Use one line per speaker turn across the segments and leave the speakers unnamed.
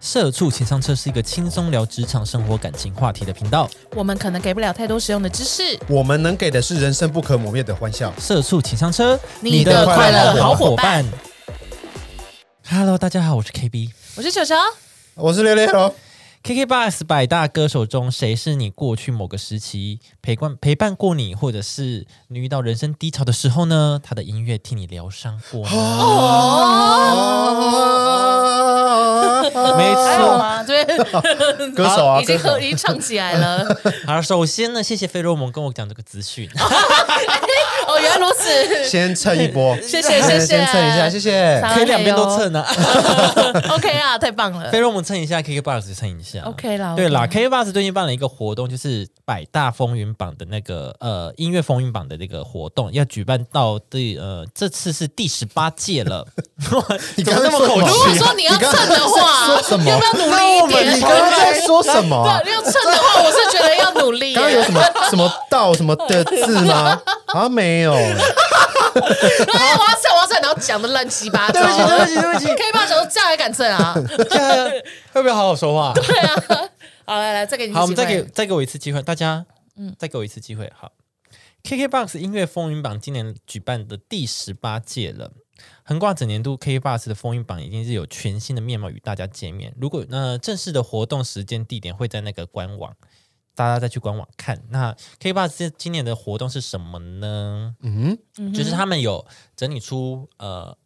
社畜情商车是一个轻松聊职场、生活、感情话题的频道。
我们可能给不了太多实用的知识。
我们能给的是人生不可磨灭的欢笑。
社畜情商车，
你的
快乐好
伙伴。
Hello，大家好，我是 KB。
我是球球，
我是六六哦，
KKBOX 百大歌手中，谁是你过去某个时期陪伴陪伴过你，或者是你遇到人生低潮的时候呢？他的音乐替你疗伤过呢？
啊
没
还有
错。
吗？这边
歌手啊，
已经
歌手
合，已经唱起来了。
好，首先呢，谢谢费洛蒙跟我讲这个资讯。
哦，原来如此。
先蹭一波，
谢谢谢谢
先蹭一下，谢谢。
撒
可以两边都蹭啊，
OK 啦，太棒了
费。洛蒙蹭一下，KKBOX 也蹭一下。
OK 啦
对啦
啊 OK
，KKBOX 最近办了一个活动，就是百大风云榜的那个呃音乐风云榜的那个活动，要举办到第呃这次是第十八届 了。
你
怎
刚
么那
刚
么
说
口
什么
吃？
如果说你要蹭的话，
说什么
要不要努力
那
一
我们，
点
你？刚刚在说什么啊？
对，要蹭的话，我是觉得要努力耶。
刚刚有什么什么道什么的字吗？啊，没有。
哎，我要蹭，我要蹭，然后讲的乱七八糟。
对不起，对不起，对不起。
可以吧？想说这样还敢蹭啊？
会不会好好说话？
对啊。好，来来，再给你一次
好，我们再
机会
给再给我一次机会，大家，嗯，再给我一次机会。好，KKBOX 音乐风云榜今年举办的第十八届了。横跨整年度，KKBOX 的风云榜已经是有全新的面貌与大家见面。如果那、呃正式的活动时间地点会在那个官网，大家再去官网看。那 KKBOX 这今年的活动是什么呢？
嗯，
就是他们有整理出呃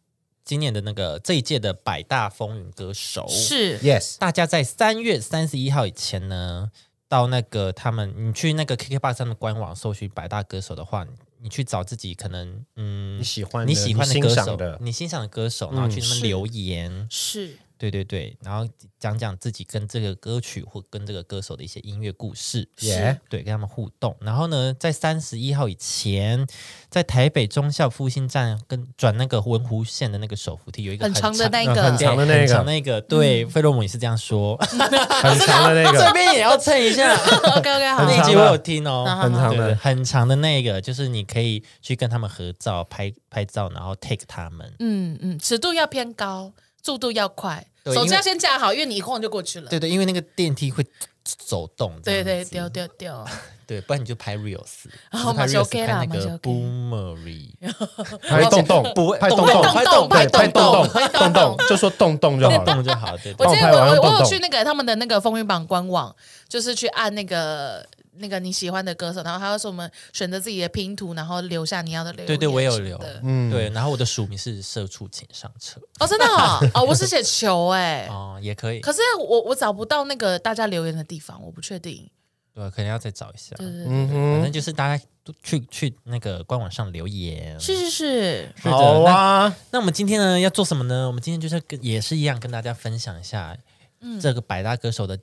今年的那个这一届的百大风云歌手，
是
Yes，
大家在三月三十一号以前呢，到那个他们，你去那个 KKBOX 上的官网搜寻百大歌手的话，你你去找自己可能嗯
你喜欢的
你喜欢的
你
歌
欣赏
手，
的嗯
你欣赏的歌手，然后去那
是
边留言，
是，
对对对，然后讲讲自己跟这个歌曲或跟这个歌手的一些音乐故事，
耶，
对，跟他们互动。然后呢，在三十一号以前，在台北中校复兴站跟转那个文湖线的那个手扶梯有一个
很长的那
个。
个，
嗯
对
很长的那个
很长那个，对，
嗯
费洛蒙也是这样说。
很长的那
这
个，
边也要蹭一下。
OK OK 好，
那一集我有听哦，
好
很长
对对
的，
很长的那个，就是你可以去跟他们合照、拍拍照，然后 take 他们。
嗯嗯，尺度要偏高，速度要快，
对
手
因
机
为
要先架好，因为你一晃就过去了。
对对，因为那个电梯会走动这
对
样子，
对，丢丢丢，
对，不然你就拍 reels，
哦
就是
马
拍
上
reels
OK 啦
拍那
马上
个
OK
boomery，
拍洞洞，
不会
拍洞
动
洞，
拍
动
对，
拍
拍
动
洞
拍
洞，
动
洞洞，就说洞洞就好了。
动就好，对
我
对
哦
之前
帮我
我
拍完
我
动
有
动
去那个他们的那个风云榜官网，就是去按那个那个你喜欢的歌手，然后他会说我们选择自己的拼图，然后留下你要的留言什
对
么
对，
的。
我有留，嗯，
嗯
对。然后我的署名是社畜请上车
哦，真 的哦，哦，我是写球哎，
哦，也可以，
可是我我找不到那个大家留言的地方，我不确定。
嗯对，可能要再找一下。
对对对，
嗯
反
哼，
正就是大家都去去那个官网上留言，
是是是，
的
好啊，
那我们今天呢要做什么呢？我们今天就是跟也是一样跟大家分享一下，
嗯
这个百大歌手的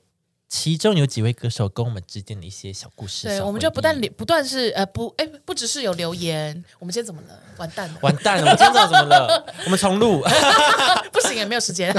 其中有几位歌手跟我们之间的一些小故事。
对，
小
我们就
回忆
不但留，不断是呃不哎，不只是有留言，我们今天怎么了？完蛋了，
完蛋了，我们今天知道怎么了？我们重录，
不行，也没有时间。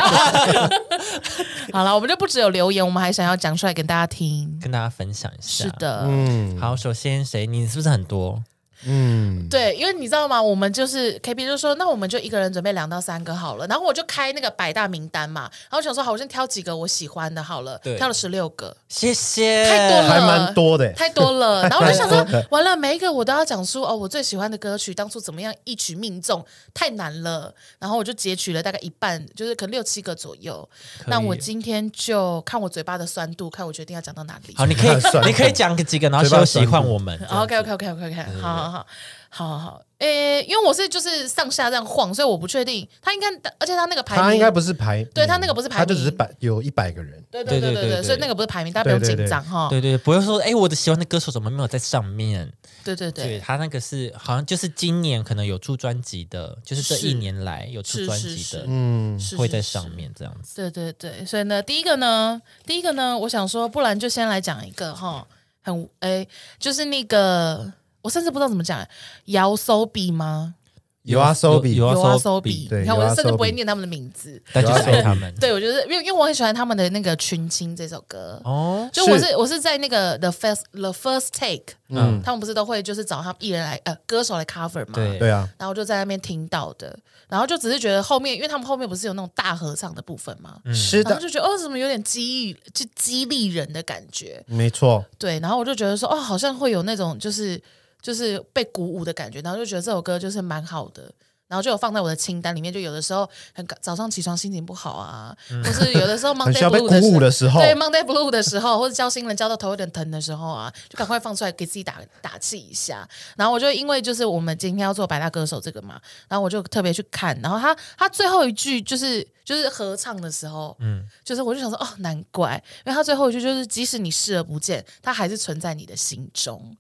好了，我们就不只有留言，我们还想要讲出来给大家听。
跟大家分享一下。
是，的，
嗯
好，首先谁？你是不是很多？
嗯，
对，因为你知道吗？我们就是 K B 就说，那我们就一个人准备两到三个好了。然后我就开那个百大名单嘛，然后我想说，好，我先挑几个我喜欢的好了
对，
挑了十六个，
谢谢，
太多了
还蛮多的，
太多了。然后我就 想说，完了，每一个我都要讲出哦，我最喜欢的歌曲当初怎么样一曲命中，太难了。然后我就截取了大概一半，就是可能六七个左右。
可以
那我今天就看我嘴巴的酸度，看我决定要讲到哪里。
好，你可
太酸
以，
了
你可以讲个几个，然后休息换我们。
OK OK OK OK OK，好好好好好好，诶、因为我是就是上下这样晃，所以我不确定他应该，而且他那个排名，
他应该不是排，嗯
对他那个不是排名
他就只是百有一百个人，
对对对
对
对
对
对
对
所以那个不是排名，大家不用
对对对
紧张哈。
对对对，不要说哎，我的喜欢的歌手怎么没有在上面？
对对
对
对，
他那个是好像就是今年可能有出专辑的，就是这
是
一年来有出
是
专
是
辑
是
的，
嗯，
是
会在上。面这样子。
是是对对对，所以呢，第一个呢，第一个呢，我想说，不然就先来讲一个哈，很诶，就是那个，我甚至不知道怎么讲，姚 Sobi 吗？
有啊，so 比
有啊
有啊
，so
手
比
比，，
对
你看我
有啊
甚至不会
Sobi
念他们的名字，
但就是爱他们。
对我觉得，因为因为我很喜欢他们的那个《群青》这首歌，
哦，
就我
是
是我是在那个 The First The First Take，
嗯
嗯，他们不是都会就是找他们艺人来呃歌手来 cover 嘛，
对
对啊，
然后就在那边听到的，然后就只是觉得后面，因为他们后面不是有那种大合唱的部分嘛，
嗯
是
然后
的，
就觉得哦，怎么有点激励，就激励人的感觉，
没错，
对，然后我就觉得说哦，好像会有那种就是就是被鼓舞的感觉，然后就觉得这首歌就是蛮好的。然后就有放在我的清单里面，就有的时候很早上起床心情不好啊，或是有的 时候
嗯很
Monday
需要被
Blue
鼓
的时
舞
候
的时候，
对 Monday Blue 的时候，或者交新人交到头有点疼的时候啊，就赶快放出来给自己打打气一下。然后我就因为就是我们今天要做百大歌手这个嘛，然后我就特别去看，然后他他最后一句就是就是合唱的时候，嗯，就是我就想说哦，难怪，因为他最后一句就是即使你视而不见，他还是存在你的心中。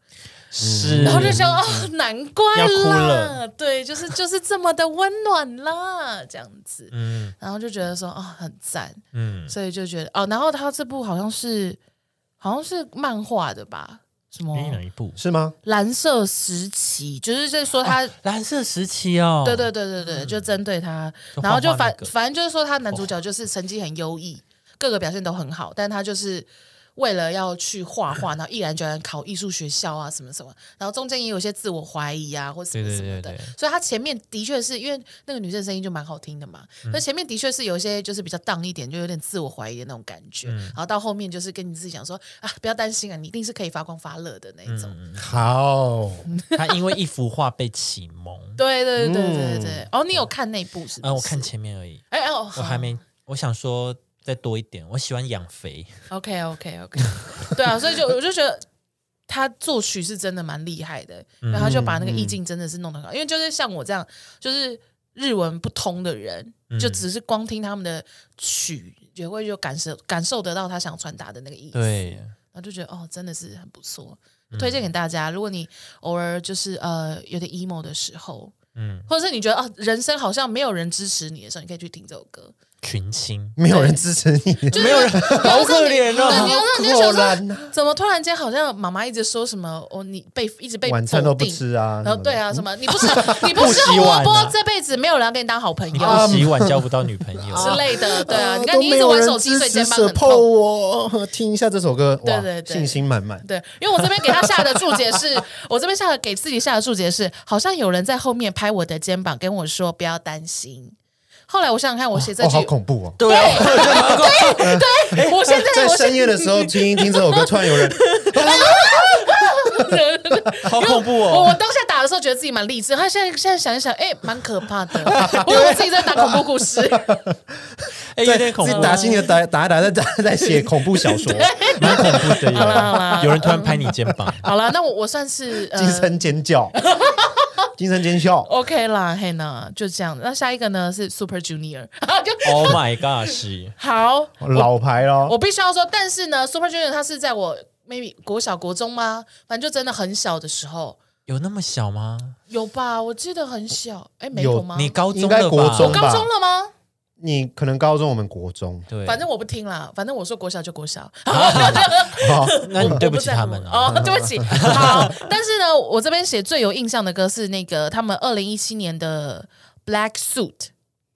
是，
然后就想哦，难怪
嗯要哭
啦，
了
对，就是就是这么的温暖啦，这样子，
嗯
然后就觉得说哦，很赞。
嗯，
所以就觉得哦，然后他这部好像是好像是漫画的吧？什么
一人一部
是吗？
蓝色时期，就是在说他，
蓝色时期哦，
对对对对对，就针对他，
就画
然后就
画
反
那个
反正就是说他男主角就是成绩很优异，各个表现都很好，但他就是。为了要去画 画，然后毅然决然考艺术学校啊，什么什么，然后中间也有一些自我怀疑啊，或什
对
么
对
什么
对
的
对，，
所以他前面的确是因为那个女生声音就蛮好听的嘛，
嗯
那、前面的确是有一些就是比较荡一点，就有点自我怀疑的那种感觉，
嗯
然后到后面就是跟你自己讲说啊，不要担心啊，你一定是可以发光发热的那一种。。
嗯
好，
他因为一幅画被启蒙
对对对对对对对。哦，你有看那部是不
嗯
是？
啊，我看。前面而已，
哎哦，
我
好
还没，我想说再多一点。我喜欢养肥，
OK OK OK，对啊，所以就我就觉得他作曲是真的蛮厉害的，然后他就把那个
嗯
意境真的是弄得很好，因为就是像我这样，就是日文不通的人，
嗯
就只是光听他们的曲，也会就感受感受得到他想传达的那个意思，然
对，嗯
后就觉得哦，真的是很不错。推荐给大家，如果你偶尔就是呃有点 emo 的时候，
嗯，
或者是你觉得啊人生好像没有人支持你的时候，你可以去听这首歌。
群星，
没有人支持你，
没有人，好可怜
对，
哦。
你要让你就想
好可怜
说， 怎么突然间好像妈妈一直说什么哦，你被一直被
晚餐
否
都不
定
吃啊
然
什
后
么
对
的
啊，什么你不吃 你不
不
吃
洗碗
胡
啊
萝卜，这辈子没有人要跟你当好朋
你
友
不洗碗交不到女朋
之
友，
类的，对啊，
啊
你看你一直玩手机，所以肩膀很
破
痛。
我听一下这首歌，哇，
对对对
信心满满。
对，因为我这边给他下的注解是， 我这边下的给自己下的注解是，好像有人在后面拍我的肩膀跟我说不要担心。后来我想想看，我写这
哦，
句
好，恐怖 哦！
对啊，
对我现在
在
我现
深夜的时候听一听这首歌，突 然有人，
好恐怖
我我
哦。
当下打的时候觉得自己蛮励志，他现在现在想一想，哎、蛮可怕 的。我以为自己在打恐怖故事，
哎，有点恐
自
怖
己。打心里的打打一打在打在写恐怖小 说，蛮恐怖 的
好啦好
耶，
啦，
有人突然拍你肩膀，
啊 好啦，那我我算是
惊
呃
声 尖叫，惊声尖叫，
OK 啦，嘿呢，就这样。那下一个呢是 Super Junior，就
Oh my god！是
好，
哦老牌咯，
我必须要说，但是呢，Super Junior 他是在我 maybe 国小国中吗？反正就真的很小的时候
有那么小吗？
有吧，我记得很小，哎、没
有
有吗？
你高中
应该
了
国
吧？
中吧
高中了吗？
你可能高中，我们 国中，
对，
反正我不听啦，反正我说国小就国小。
好
那你对不起
我在乎
他们啊。
哦，对不起。好，但是呢，我这边写最有印象的歌是那个他们二零一七年的《Black Suit》，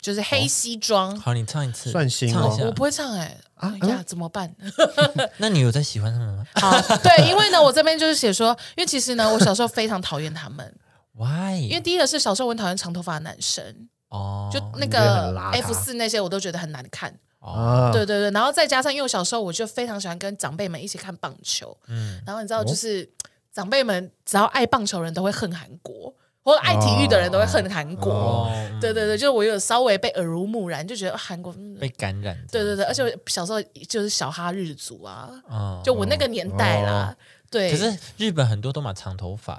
就是黑西装。
好，你唱一次，
算新
唱
哦
一下
我。不会唱哎、哎呀、怎么办？
那你有在喜欢他们吗
好，对，因为呢，我这边就是写说，因为其实呢，我小时候非常讨厌他们，
？Why？
因为第一个是小时候我很讨厌长头发的男生，
哦，
就那
你觉得
个
很邋遢
F 四那些我都觉得很难看。
啊，
对对对，然后再加上因为我小时候我就非常喜欢跟长辈们一起看棒球，
嗯
然后你知道就是、长辈们只要爱棒球的人都会恨韩国，或者爱体育的人都会恨韩国。
哦
哦，嗯
对对对，就是我有稍微被耳濡目染，就觉得啊韩国，嗯
被感染。
对对对，而且我小时候就是小哈日族啊，
嗯，
就我那个年代啦。对，
可是日本很多都买长头发，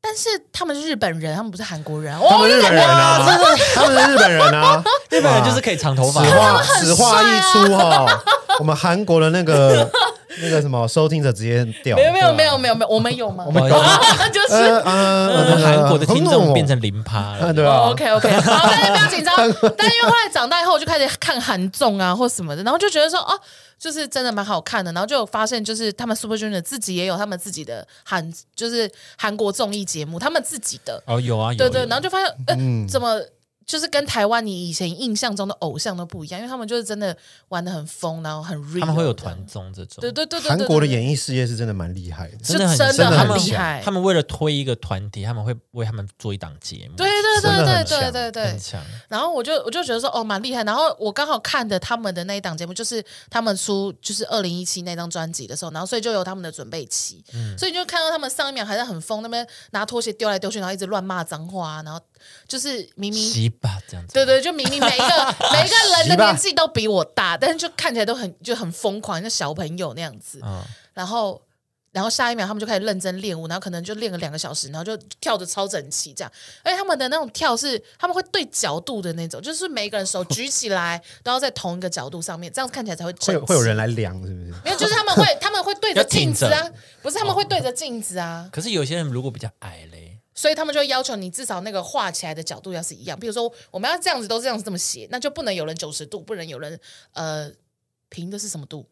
但是他们是日本人，他们不是韩国人啊。
他
哦，
们日本人啊，他们是日本人 啊，
日本
啊
人就是可以长头发
哦此。话此话一出哈，我们韩国的那个 那个什么收听者直接掉。
没有没有没有没有没有，我们有吗？
不好意思
就是
呃啊
我们韩国的听众变
成
成零趴了。
嗯对啊吧？
OK OK，好，哦但是不要紧张。但因为后来长大以后，我就开始看韩综啊或什么的，然后就觉得说，哦，就是真的蛮好看的。然后就有发现，就是他们 Super Junior 自己也有他们自己的韩，就是韩国综艺节目，他们自己的。
哦，有啊，有
对对，
有
然后就发现，呃，怎么就是跟台湾你以前印象中的偶像都不一样，因为他们就是真的玩的很疯，然后很 real，
他们会有
这
团
样，
综这种，
对对对对，对
韩国的
对
演艺事业是真的蛮厉害的。
是
真的很
真
真的
的
很
很厉
强
害
他，们为了推一个团体，他们会为他们做一档节目，
对对对
真的
对
很嗯
对
强
对对
很。强。
然后我就我就觉得说哦蛮厉害，然后我刚好看的他们的那一档节目，就是他们出就是二零一七那张专辑的时候，然后所以就有他们的准备期，
嗯
所以你就看到他们上一秒还在很疯，那边拿拖鞋丢来丢去，然后一直乱骂脏话啊，然后就是明明。
洗吧，这样子。
对对，就明明每一个 每一个人的
洗吧
年纪都比我大，但是就看起来都很就很疯狂，像小朋友那样子。
嗯，
然后，然后下一秒他们就开始认真练舞，然后可能就练个两个小时，然后就跳的超整齐这样。而且他们的那种跳是他们会对角度的那种，就是每一个人手举起来都要在同一个角度上面，这样看起来才会
会
整
有
齐。
会有人来量是不 是？
没有，就是他们会他们会对着
要挺
镜子
着
啊，不是他们会对着镜子啊，
可是有些人如果比较矮嘞，
所以他们就会要求你至少那个画起来的角度要是一样。比如说我们要这样子都这样子这么斜，那就不能有人九十度，不能有人呃平的是什么度？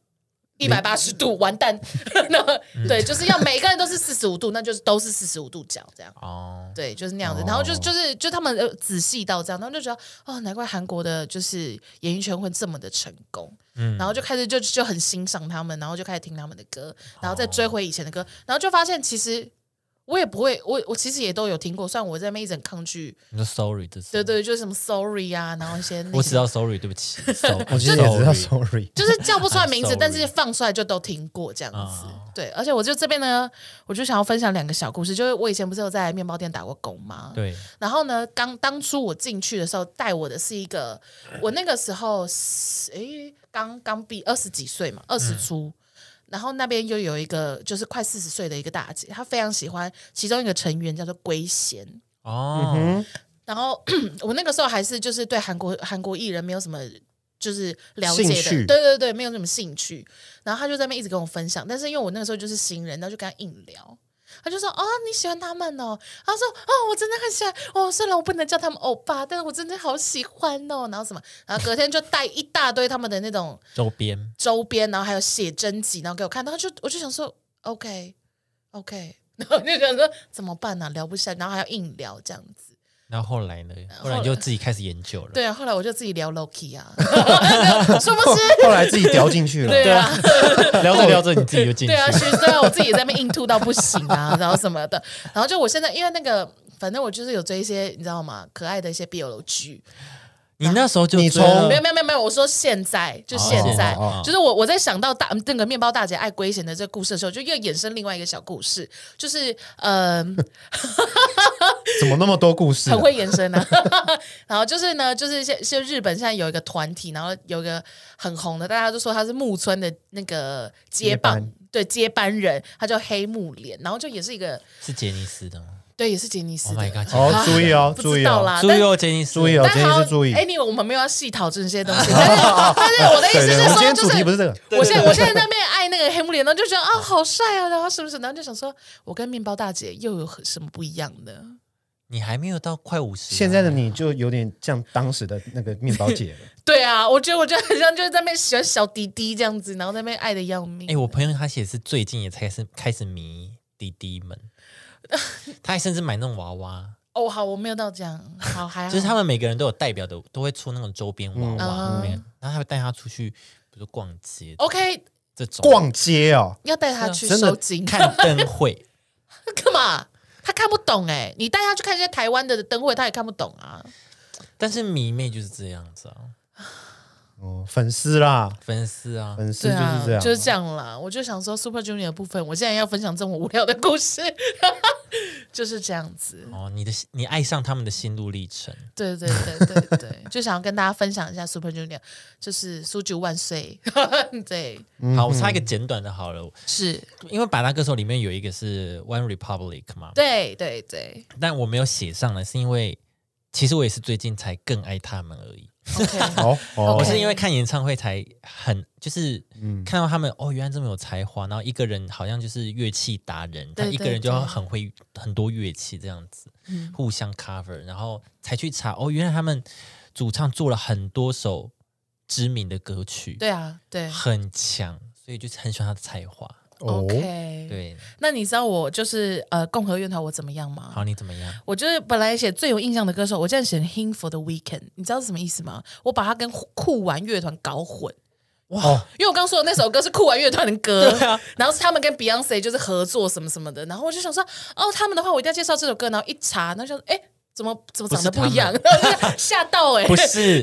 一百八十度，完蛋！ 那对，就是要每个人都是四十五度，那就是都是四十五度角这样。
哦，
对，就是那样子。然后就就是就他们呃仔细到这样，他们就觉得哦，难怪韩国的就是演艺圈会这么的成功。嗯，然后就开始就就很欣赏他们，然后就开始听他们的歌，然后再
哦
追回以前的歌，然后就发现其实我也不会，我我其实也都有听过，虽然我在那边一直很抗拒，
你说 sorry 这是？
对，对，就是什么 sorry 啊，然后一些那
我
些
只知道 sorry，对不 起，
我
我
其实也知道 sorry，
就是叫不出来名字
sorry，
但是放出来就都听过这样子。
哦
对，而且我就这边呢，我就想要分享两个小故事，就是我以前不是有在面包店打过工吗？
对，
然后呢，刚当初我进去的时候，带我的是一个，我那个时候是诶刚刚毕二十几岁嘛，二十出。然后那边又有一个就是快四十岁的一个大姐，她非常喜欢其中一个成员叫做圭贤，
哦，
然后 我那个时候还是就是对韩国韩国艺人没有什么就是了解
兴
的，对
趣
对对，没有什么兴趣。然后他就在那边一直跟我分享，但是因为我那个时候就是新人，然后就跟他硬聊。他就说：“哦，你喜欢他们哦。”他说：“哦，我真的很喜欢哦。虽然我不能叫他们欧巴，但是我真的好喜欢哦。”然后什么？然后隔天就带一大堆他们的那种
周边
周边，然后还有写真集，然后给我看，然后就我就想说，OK OK，然后就想说怎么办呢、聊不下，然后还要硬聊这样子。
然后后来呢？后
后
来
来
你就自己开始研究了。
对啊，后来我就自己聊 Loki 啊，殊不知，
后来自己掉进去 了。
对啊，
聊着聊着你自己就进去
对啊，
了。
其实对啊，我自己也在那边硬吐到不行啊， 然后什么的，然后就我现在因为那个，反正我就是有追一些你知道吗，可爱的一些 BL 剧，
你那时候就
你
追
从
了
没有没有没有没有，我说现在就现在，
哦哦哦哦
就是我我在想到大那个面包大姐爱龟贤的这个故事的时候，就又衍生另外一个小故事，就是呃。
怎么那么多故事啊
很？会延伸啊。 然后就是呢，就是现现日本现在有一个团体，然后有一个很红的，大家都说他是木村的那个接棒，
接班
对接班人，他叫黑木莲，然后就也是一个
是杰尼斯的吗
对，也是杰尼斯
？Oh
的。
my god！
哦，注意哦，
啊不
注
知
意
道
哦，
啦，
注
但
意哦，杰尼斯，
注意哦，
但
今天是注意。
哎，你我们没有要细讨论这些东 西，但是但是我的意
对
思哎
对，
是
我们今
说，
天
就
主题
是
不是这个，
我现在我现在在那边爱那个黑木莲，然后就觉得啊好帅啊，然后什么什么，然后就想说，我跟面包大姐又有什么不一样呢？
你还没有到快五十啊，
现在的你就有点像当时的那个面包姐 了。
对啊，我觉得我就很像就是在那边喜欢小迪迪这样子，然后在那边爱的要命。
哎、我朋友他也是最近也才开始开始迷弟弟 们，他还甚至买那种娃娃，
啊
哦，好，我没有到这样，好还好。
就是他们每个人都有代表的，都会出那种周边娃娃，
嗯
每个
啊
人然后他会带他出去，比如逛街
OK，
这种
哦逛街哦，
要带他去
真的
收金，
看灯会，
干嘛？他看不懂哎、你带他去看一些台湾的灯会，他也看不懂啊。
但是迷妹就是这样子啊，
哦，粉丝啦，
粉丝啊，
粉丝
对
就
啊
是这，
就是
样。
这样啦。我就想说 Super Junior 的部分，我竟然要分享这么无聊的故事， 就是这样子。
哦，你的你爱上他们的心路历程，
对对对对对，就想要跟大家分享一下 Super Junior，就是苏九万岁。 对，
好，我插一个简短的好了，
是，
因为百大歌手里面有一个是 One Republic 嘛，
对对对。
但我没有写上来，是因为其实我也是最近才更爱他们而已。
OK，
哦哦，嗯
我
OK
是因为看演唱会才很，就是看到他们哦，原来这么有才华，然后一个人好像就是乐器达人，他
对
一个
对
人就
对嗯
很会很多乐器这样子，互相 cover，然后才去查哦，原来他们主唱做了很多首知名的歌曲，
对啊，对
很强，所以就是很喜欢他的才华。
哦，
，OK，。
对，
那你知道我就是呃共和乐团我怎么样吗？
好，你怎么样？
我就是本来写最有印象的歌手，我竟然写 Him for the Weekend，你知道是什么意思吗？我把它跟酷玩乐团搞混。
哦
哇，
因为我刚说的那首歌是酷玩乐团的歌，
对啊
然后是他们跟 Beyonce 就是合作什么什么的，然后我就想说，哦，他们的话我一定要介绍这首歌，然后一查，然后就哎，怎么怎么长得不一样， 然后就吓到哎、
不是，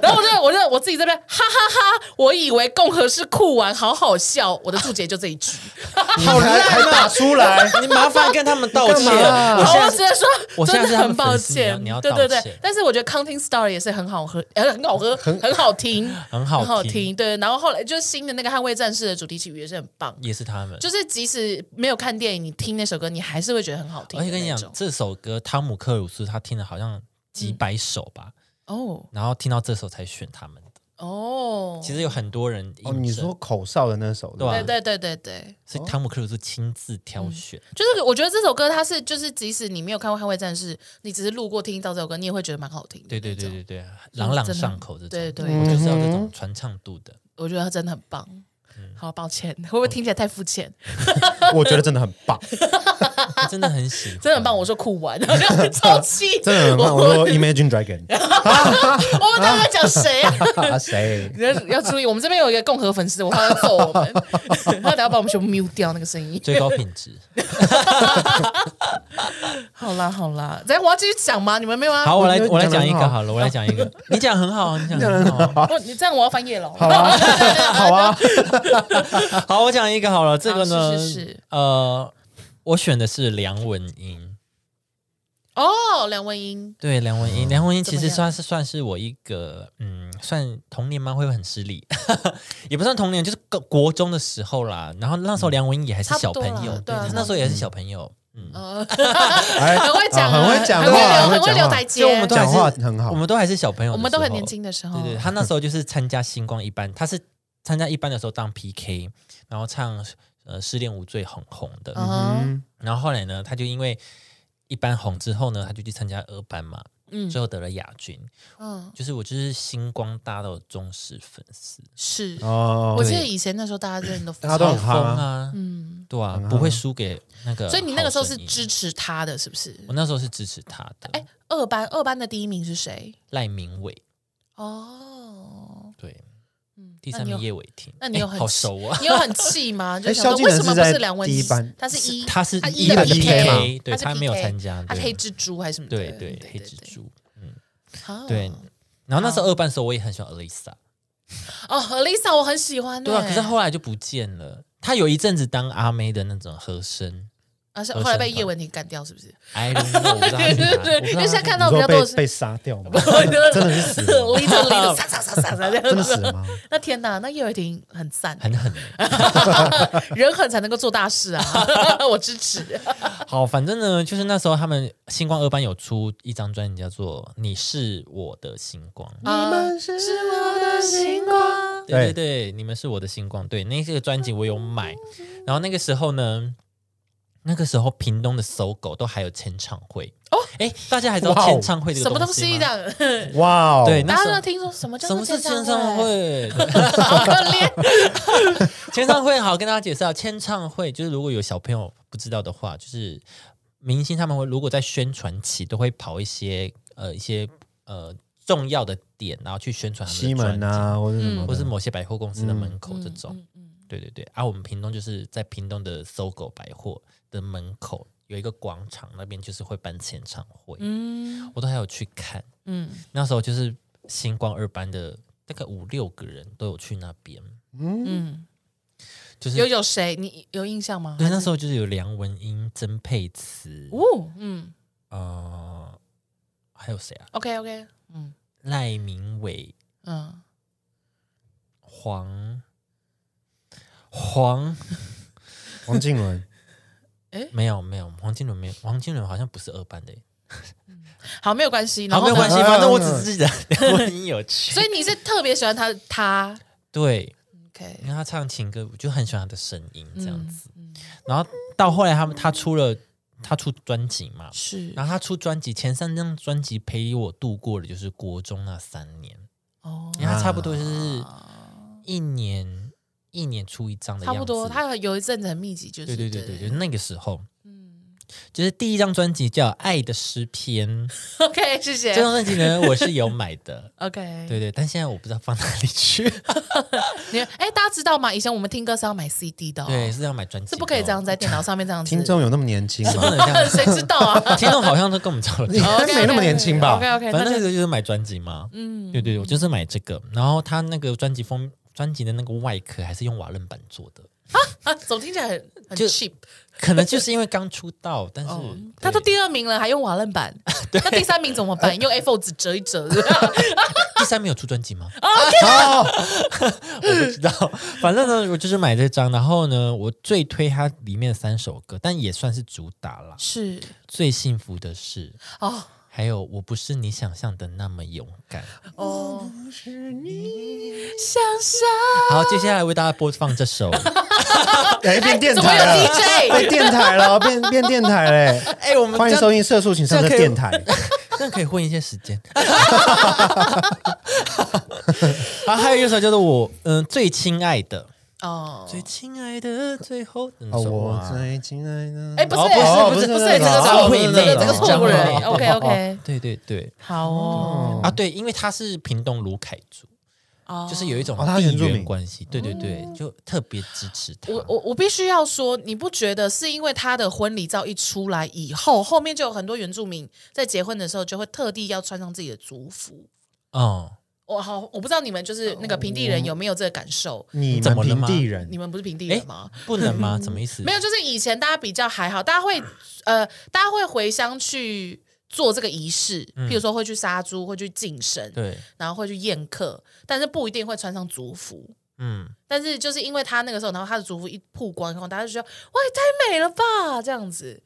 然后我就我就我自己这边哈哈哈我以为共和是酷玩，好好笑，我的注解就这一句，
好还还打出来，
你麻烦跟他们道歉。
干嘛啊
我
然后我
现
只
在
能说，
我现在
真
是
的
他们
很抱
粉丝
歉，
你要你要
对对
道歉
对，但是我觉得 Counting Star 也是很好喝，呃，很好喝，很好听，
很
很好
好听，
听，对，然后后来就是新的那个捍卫战士的主题曲也是很棒。
也是他们。
就是即使没有看电影，你听那首歌，你还是会觉得很好听
而
的
且
那种。嗯
跟你讲，这首歌汤姆克鲁斯他听了好像几百首吧，
哦
然后听到这首才选他们的。
哦，
其实有很多人应
哦，
征
你说口哨的那首，
对啊
对对对对对，
是汤姆克鲁斯亲自挑选，
就是我觉得这首歌它是就是即使你没有看过《捍卫战士》，你只是路过听到这首歌，你也会觉得蛮好听的。
对对对，对对，朗朗上口这种，
对对
我就是要这种传唱度的。
我觉得它真的很棒。
嗯
好抱歉，会不会听起来太肤浅？
我觉得真的很 棒，
我真的很喜欢，
真的很棒，我说酷玩， 超气！
真的很棒。我说 Imagine Dragon
我们到底在讲谁啊？
啊，谁？
你要要注意，我们这边有一个共和粉丝，我怕他揍我们， 他等下把我们全部 mute 掉那个声音。
最高品质。
好啦好啦，等下我要继续讲吗？你们没有啊？
好，我来
我觉得
我来
讲得
讲一
很
个
好
好了，我来讲一个，你讲很好啊，你讲很好啊。
不，你这样我要翻页了。
好啊，好啊，
好，我讲一个好了，这个呢，
是是是
呃，我选的是梁文音。
哦，梁文音，
对，梁文音，梁文音其
怎么
实
样
算是算是我一个，嗯，算童年吗？会不会很失礼？ 也不算童年，就是个国中的时候啦。然后那时候梁文音也还是
差不
小
多
朋
啦
友，
对啊
她那时候也是小朋友，嗯，
呃，
哎
很会讲
啊
啊，
很会讲
很会
话，
留，很会
讲
留
话
台，阶
就我。们都还
讲
是
话很好
我。们都还是小朋友，
我们都很年。轻的哦时候，
对对，他那时候就是参加星光一班，他是参加一班的时候当 PK，然后唱呃《失恋无罪》很红的。
嗯哼
嗯，
然后后来呢，他就因为一班红之后呢，他就去参加二班嘛，
嗯
最后得了亚军。
嗯
就是我就是星光大道的忠实粉丝，
是。嗯我
哦，
记得以前那时候大家真的都，
大家都很
疯
哈
啊，
嗯，
对啊
很，哈
不会输给那个。
所以你那个时候是支，持他的，是不是？
我那时候是支持他的。
哎，二班二班的第一名是谁？
赖明伟，
哦，
对，
嗯，
第三
那
名
你有
叶伟霆。
那你有
哎
很
好熟啊？
你有很气 吗？就
哎
想
萧
说
敬腾
为什么不
是在
是梁文
第一班
他是一，
他是
他
一
一的
的
PK
PK 嘛
对
是
他没有
PK
参加
他是
对
黑蜘蛛还是什么 的？
对对，黑蜘，蛛。
啊
对，然后那时候二班的时候，我也很喜欢 Alisa，
哦，Lisa 我很喜欢欸，
对啊，可是后来就不见了。他有一阵子当阿妹的那种和声
啊是
和
后来
声
被
团
叶文婷干掉，是不是？
，I don't know，我不知道他 是
对
哪
对
我
对，
不知道
因为
他
现
是
在看
你
到比
说
较多
被
的是
被杀掉吗？
真
真的是死了吗，
Lisa Lisa 杀杀杀杀杀这
真的
样
死
子。
了吗？
那天呐，那叶文婷很赞，
很狠。
人狠才能够做大事啊！ 我支持。
好，反正呢，就是那时候他们星光二班有出一张专辑，叫做《你是我的星光》。
你们啊是我的星光。
对对
对
对，你们是我的星光。对，那这个专辑我有买。然后那个时候呢，那个时候屏东的搜狗都还有签唱会哦。哎，大家还知道
哇哦
签唱会这个
什么东
西
西
吗？
的？
哇哦，
对，，那
大
时
家
候
都听说什么叫
什么
做
是
签
签
唱
唱
会？
会？
好可怜。
签唱会好，跟大家介绍，签唱会就是如果有小朋友不知道的话，就是明星他们会如果在宣传期都会跑一些呃一些呃重要的点，然后去宣传他们
西
的专
门
辑，
啊，或者什么
或
的，
是某些百货公司的门口这种。
嗯嗯
对对对，啊，我们屏东就是在屏东的搜狗百货的门口有一个广场，那边就是会办签唱会，
嗯
我都还有去看。
嗯，
那时候就是星光二班的大概五六个人都有去那边，
嗯，
就是
有有谁你有印象吗？
对，那时候就是有梁文音、曾沛慈，
哦，嗯
呃，还有谁啊？
，OK OK，嗯
赖明伟、
嗯，
黄黄，
黄靖伦，
没有没有，黄金轮没有，黄金轮好像不是二班的耶，
好，没有关系，然
欸好，
后嗯
没有关系，
呢
反正我只是记得 婚姻有趣。
所以你是特别喜欢他他
对，
，OK，
你看他唱情歌，我就很喜欢他的声音这
嗯
样子。然后到后来他们他出了他出专辑嘛，
是
然后他出专辑前三张专辑陪我度过的就是国中那三年，
哦，
因为他差不多就是一年一年出一张的样
啊
子，
差不多，他有一阵子很密集，就是
对对对对，就是那个时候。
嗯
就是第一张专辑叫《爱的诗篇》，
，OK，谢谢
这张专辑呢我是有买的，
，OK，
对对，但现在我不知道放哪里去，
你哎，大家知道吗？以前我们听歌是要买 CD 的哦，
对，是要买专辑的哦，
是不可以这 样在电脑上面这样子，
听众有那么年轻
不
吗？
能这样子，
谁知 道啊？
哦听众好像都跟我们 差不多
应，该没那么年轻吧？
OK OK，
反
那
正那
就
个就是买专辑嘛，
嗯
对对，我就是买这个，然后他那个专辑封专辑的那个外壳还是用瓦楞板做的，
啊，总听起来很很
就
cheap
可能就是因为刚出道，但是
哦
对。
他都第二名了，还用瓦楞板，那第三名怎么办？用 A4 纸折一折， 是吧
第三名有出专 辑吗？
哦
我不知道，反正呢，我就是买这张，然后呢，我最推它里面三首歌，但也算是主打啦。
是
最幸福的是，
哦
还有我不是你想象的那么勇敢。
哦，想象
好，接下来为大家播放这 首。
哎，变电
怎么
台
有
了，
DJ？
变电台了，变变电台嘞！
哎、我们
欢迎收听《社畜情商的电台》。
这样可以混一些时间。 啊，还有一首叫做我嗯最亲爱的，嗯
哦，
最亲爱的最后的那
哦，
首
我
哇
最亲爱的，
哎，不是
哦
不是
不
不
是这
是那
个
个
错
哦
误，
不
这
是
个这个
那个
错误
哦
了
哦哦
，OK OK，
对对对
好哦
啊对，因为他是屏东卢凯族，
哦
就是有一种
哦他
地
原住
缘
民
关系，对对对，就特别支持他。
我我我必须要说，你不觉得是因为他的婚礼照一出来以后，后面就有很多原住民在结婚的时候就会特地要穿上自己的族服。
嗯，
我好，我不知道你们
哦
就是那个平地人有没有这个感受？
你
怎
们
么了
平
吗
地人
你们不是平地
哎
人吗？，
不能吗？什么意思？
没有，就是以前大家比较还好，大家会呃，大家会回乡去做这个仪式，譬如说会去杀猪，会去敬神，
嗯对，
然后会去宴客，但是不一定会穿上族服。
嗯，
但是就是因为他那个时候，然后他的族服一曝光以后，大家就觉得哇，也太美了吧，这样子。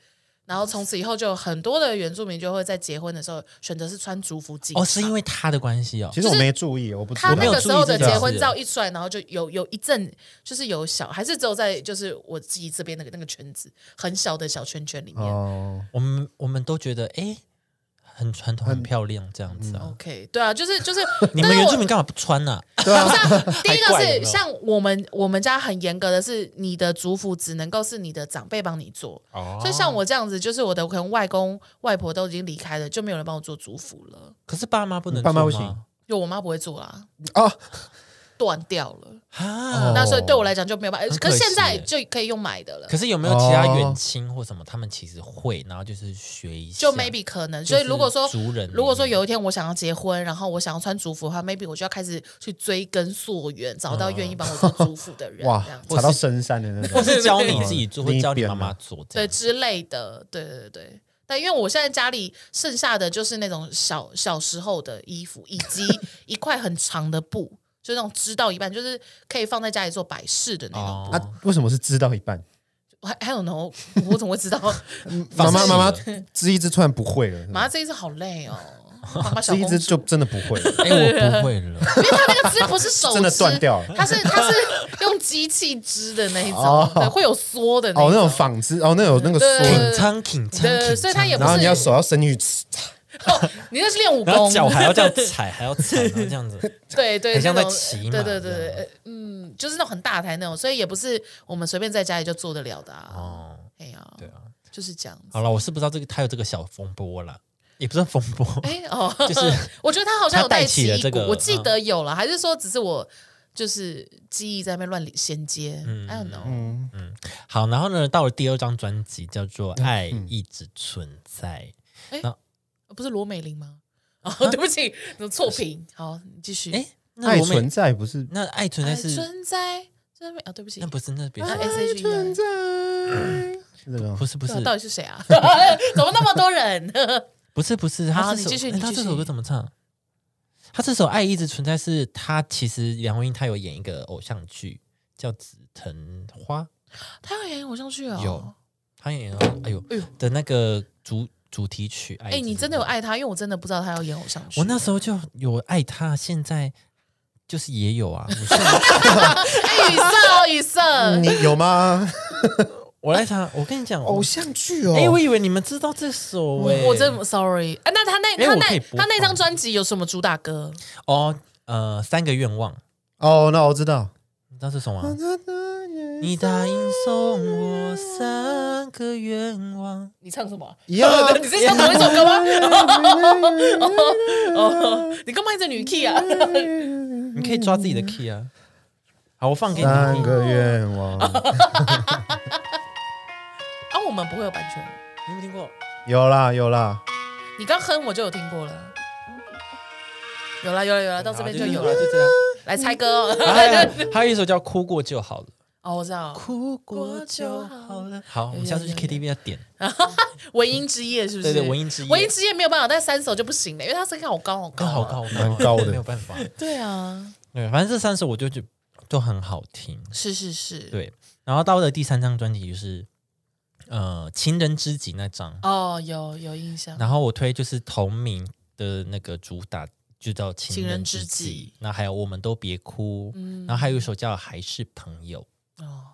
然后从此以后，就有很多的原住民就会在结婚的时候选择是穿族服进场。
哦，是因为他的关系哦
其。实我没注意，我不知
他
道。
那个时候的
我没有注意这件事
结
欸
婚照一出来，然后就有有一阵就是有小，还是只有在就是我自己这边那个那个圈子很小的小圈圈里面。
哦，
我们我们都觉得哎，很传统，很漂亮这样子啊。
OK，对啊，就是就是，
你
但
们
是
原
我
住民干嘛不穿呢？
对啊，
第一
还
个
怪有
是
没有
像我们我们家很严格的是，你的族服只能够是你的长辈帮你做，
哦
所以像我这样子，就是我的可能外公外婆都已经离开了，就没有人帮我做族服了，
可是爸妈不能，
爸妈不行
行
就我妈不会做啦，
哦，
断掉了。
啊。
那所以对我来讲就没有办法，
很
可
可
是
惜欸
现在就可以用买的了
可。是有没有其他远亲或什么，他们其实会，然后就是学一下，
就 maybe 可能，
就
所
是
以如果说
族人里面，
如果
嗯
说有一天我想要结婚，然后我想要穿族服的话，maybe 我就要开始去追根溯源，找到愿意帮我做族服的人，
嗯哇
这样，子
查到深山的那
或
种。
是教你自己做，
嗯
或教你
另一边
妈妈
嘛
做，这
对
样
之类的，对对对对。但因为我现在家里剩下的就是那种小小时候的衣服，以 及一块很长的布，就那种织到一半，就是可以放在家里做摆饰的那种。
哦
啊，为什么是知道一半？
我还还有呢，我我怎么会 知道？
妈
放
妈
弃
妈妈
了
织一织突然不会了，
妈妈这一次好累哦，妈 妈小
织一
公
织
主，
就真的不会了，
哎，我不会了，
因为她那个织不是手
真的
织
断掉了。
它是它是用机器织的那一种，
哦
对，会有缩的那一
哦，那种
种。
纺织，哦，那有那 个
对对对
梭，
挺仓挺仓，
对
挺
所以他
仓
也不
然
然后
后你
是
要手要伸进去，
哦，你那是练武
然后
功，
脚还要这样踩，还要踩，然后这样子，
对对，
很像
那
在
种
骑
对
马
对对
这
对，
样
呃嗯，就是那种很大台那种，所以也不是我们随便在家里就做得了的啊。
哦，
哎呀，
对啊，
就是这样子。
好了，我是不知道这个他有这个小风波啦，也不算风 波，
哎哦，
就是
我觉得他好像有
他带
起
起了
一
这
股
个，
我记得有了，还是说只是我就是记忆在那边乱衔接？I
嗯
don't know。
好，然后呢，到了第二张专辑叫做《爱一直存在
不是罗美玲吗？哦，对 不起，错评。好，你继续。》，
哎，那
爱
我们
存在不是
那爱存
爱
在是，
存在，真美啊！对不起
那，不是那别
那
是
是 S H
存
E
在，是这个吗
不是不是
啊。到底是谁 啊？ 怎么那么多人？
不是不是，
好
他
你
这首
继续
哎
你
他
继
这
续
首歌怎么唱？他这首《爱一直存在》是他其实梁文音他有演一个偶像剧叫《紫藤花
他有演偶像剧啊？》，
有他演哎呦
哎呦
的那个主主题曲《爱》。
哎、你真的有？爱他，因为我真的不知道他要演偶像剧。
我那时候就有爱他，现在就是也有啊。我现 在
哎，语塞哦，语塞。
你有吗？
我爱他，我跟你讲，
偶
我
像剧哦，
哎，我以为你们知道这首哎，
我真的 sorry，哎、那他那
哎
他
我可
那
以播
他那
放
张专辑有什么主打歌？
哦，呃，三个愿望，
哦，那我知道。
你知道是什么
嗯
吗？你答应送我三个愿望，
你唱什 么啊？
一样啊
哦
你是唱同一首歌吗？哦， 你干嘛一直女 key 啊？
你可以抓自己的 key 啊。好，我放给你
三
听。
个愿望
啊，我们不会有版权。
你有没有听过？
有啦有啦，
你刚哼我就有听过了。有了有了有了，到这边就有
好
了。
就这样。
来猜歌哦。
还有哎 还有一首叫《哭过就好了》，
哦，我知道，
哭
过就好
了。好，我们下次去
有有
KTV 要点。
文音之夜是不是？
对对文音之夜
文音之夜没有办法，但三首就不行了，因为它声音好高好
高
高啊。
好高，
蛮高的
没有办法。
对啊，
对，反正这三首我就就都很好听。
是是是。
对，然后到了第三张专辑就是呃《情人知己》那张，
哦，有有印象。
然后我推就是同名的那个主打，就叫《情
情人
人
知
知
己
己》。那还有《我们都别哭》，然后还有一首叫《还是朋友》。
哦，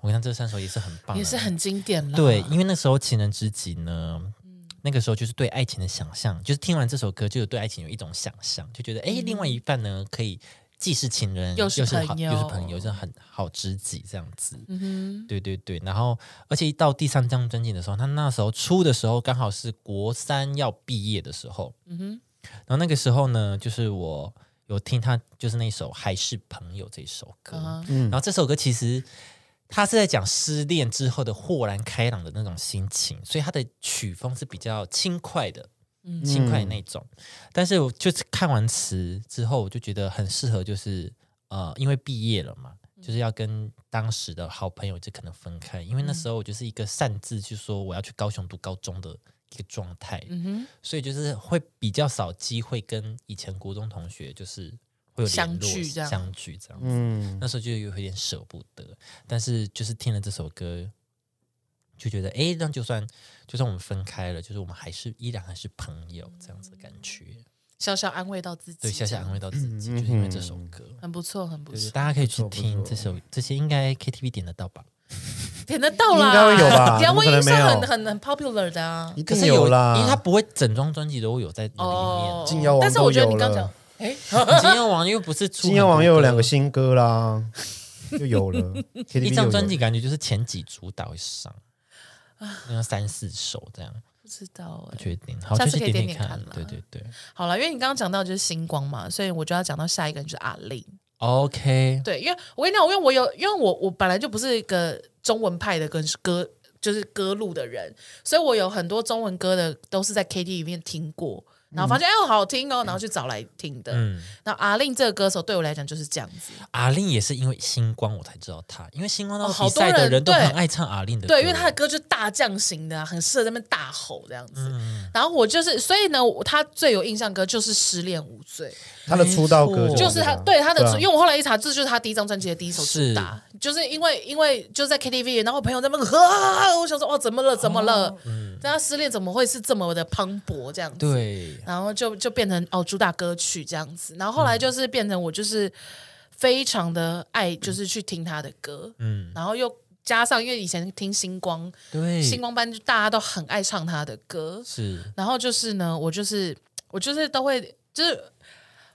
我看这三首也是很棒的，啊
也是很啊经典了。
对，因为那时候情人知己呢，
嗯
那个时候就是对爱情的想象，就是听完这首歌就有对爱情有一种想象，就觉得哎、诶另外一半呢可以既是情人，
嗯又
又
是
好，
朋
又是
友
朋友，就是很好知己这样子。
嗯哼，
对对对，然后而且一到第三张专辑的时候，他那时候出的时候刚好是国三要毕业的时候，
嗯哼，
然后那个时候呢，就是我有听他就是那首《还是朋友》这首歌，
啊
然后这首歌其实他是在讲失恋之后的豁然开朗的那种心情，所以他的曲风是比较轻快的，
嗯
轻快的那种。但是我就是看完词之后，我就觉得很适合，就是呃，因为毕业了嘛。
嗯
就是要跟当时的好朋友就可能分开，因为那
嗯
时候我就是一个擅自去说我要去高雄读高中的一个状态，
嗯
所以就是会比较少机会跟以前国中同学就是会有联
相
络
聚这样
相聚这样子。
嗯，
那时候就有一点舍不得，但是就是听了这首歌，就觉得哎，诶那就算就算我们分开了，就是我们还是依然还是朋友这样子的感觉，
哼，小小安慰到自己，
对，小小安慰到自己，就是因为这首歌。
很不错，很不
嗯对，
错，
大家可以去
不错不
听
错
这首，这些应该 KTV 点得到吧？
点得到啦，
应该会有 吧
梁文音是
怎么可能没有
很很很 popular 的啊，
一
可
定
是
有
因为它
啦。
不会整张专辑都有在里
哦
面。，
金腰王
但是我觉得
都
你
有
刚
了
讲，哎，
金耀王又不是出
金耀王
很多
又有
歌
两个新歌啦，又有了 KTV
一
又
张
有
专辑，感觉就是前几主打会上，那三四首这样，
不知道哎，
确定。好，
下
就
次
是
可以点
点
点看
看
啦，
对对对。
好了，因为你刚刚讲到就是星光嘛，所以我就要讲到下一个人就是阿令。
OK，
对，因为我跟你讲，因为我有，因为我我本来就不是一个中文派的歌歌，就是歌路的人，所以我有很多中文歌的都是在 KTV 里面听过，然后发现、哎呦好听哦，然后去找来听的。
嗯，哎
那阿令这个歌手对我来讲就是这样子，
阿令也是因为星光我才知道他，因为星光到
哦好
比赛
多
的
人
人都
对
很爱唱阿令的歌，
对，因为他的歌就是大将型的啊、很适合在那边大吼这样子。然后我就是，所以呢，我他最有印象歌就是《失恋无罪》。
他的出道歌
没错
就是是
这
他
个
对他的
对啊
主，因为我后来一查，这就是他第一张专辑的第一首主打，就是因为因为就在 KTV，然后我朋友在那边啊，我想说哦，怎么了怎么了？但他失恋怎么会是这么的磅礴这样子？
对
然后就就变成哦主打歌曲这样子，然后后来就是变成我就是非常的爱，就是去听他的歌，
嗯
然后又加上因为以前听星光
对，
星光班，就大家都很爱唱他的歌，
是
然后就是呢，我就是我就是都会就是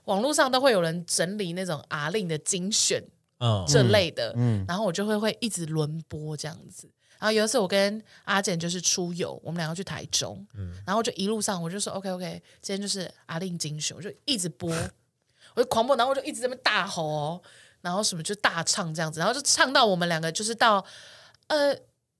网络上都会有人整理那种阿令的精选
嗯
这类的，然后我就会会一直轮播这样子。然后有一次我跟阿简就是出游，我们两个去台中，
嗯
然后我就一路上我就说 OK OK，今天就是阿令精选，我就一直播，我就狂播，然后我就一直在那边大吼哦，然后什么就大唱这样子，然后就唱到我们两个就是到呃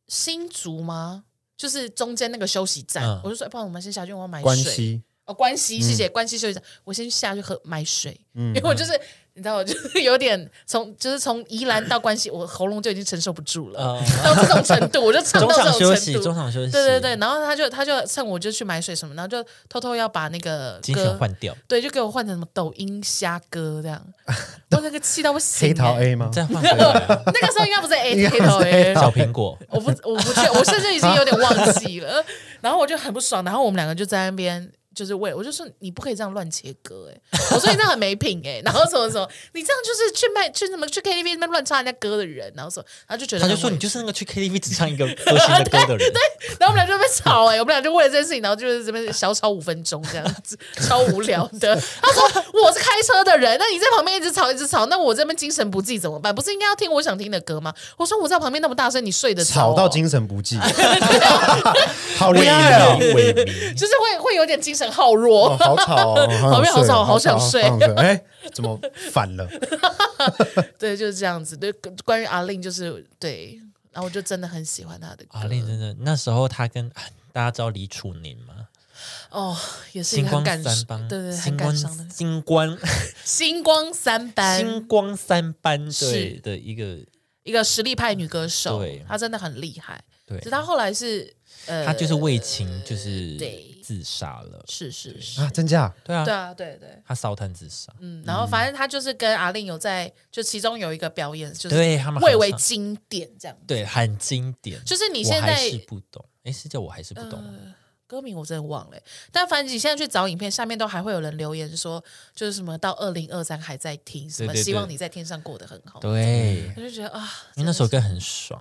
新竹吗？就是中间那个休息站，
嗯
我就说，哎不然我们先下去，我要买
关
水。
系，
哦哦，关系谢谢，
嗯
关系休息站。我先下去喝买水，因为我就是你知道，我就是有点从就是从宜兰到关系，我喉咙就已经承受不住了，
呃，
到这种程度，我就唱
中
到这
场休
种
息，
程
中
度。
场休息，
对对对，，然后他就他就趁我就去买水什么，然后就偷偷要把那个
精选
歌
换掉，
对，就给我换成什么抖音虾歌 这样，我那个气到不行、
黑桃
欸
A 吗？
再换回来
那个时候应该不是 A
应该
黑桃
不是 A
A，
桃
小苹 果，
我不我不确，我甚至已经有点忘记了。 然后我就很不爽，然后我们两个就在那边。就是为我就说你不可以这样乱切 歌哎、欸我说你这样很没品哎、欸然后什么什么，你这样就是去卖去什么去 KTV 那边乱唱人家歌的人，然后说，然后就觉得
他就
很
说
委
你就是那个去 KTV 只唱一个歌星的歌的 人，
然后我们俩就被吵哎、我们俩就为了这件事情，然后就是这边小吵五分钟这样 子，超无聊的。他说我是开车的人，那你在旁边一直吵一直吵，那我这边精神不济怎么办？不是应该要听我想听的歌吗？我说我在旁边那么大声，你睡得着哦、
吵到精神不济，好厉
萎
害哦！
靡萎靡，
就是会会有点精神耗弱。
哦，好 吵哦，
旁边好吵
好
好想睡
好想哎，怎么反了？
对，就是这样子。对，关于阿令就是对，然后我就真的很喜欢他的歌。
阿令真的那时候他跟啊大家知道李楚宁吗？
哦，也是一
星
个
光
很感
三
伤，
帮，
对对，很
星
感
光
伤的。
星光
星光三班
星光三班对
是
的一个，
一个实力派女歌手
对，
她真的很厉害。
对
只是她后来是呃，
他就是为情就是
对
自杀了，
是是是，
啊，真假？
对啊
对，啊，对对，
他烧炭自杀，
嗯，然后反正她就是跟阿令有在，就其中有一个表演，就是
对他们
蔚
好
为
像
经典这样。
对很经典，
就是你
我
现
还
在呃
是不懂，哎，是叫我还是不懂吗，
歌名我真的忘了欸、但反正你现在去找影片，下面都还会有人留言说，就是什么到二零二三还在听，什么
对对
希望你在天上过得很好。
对，
我就觉得啊，
因为那首歌很爽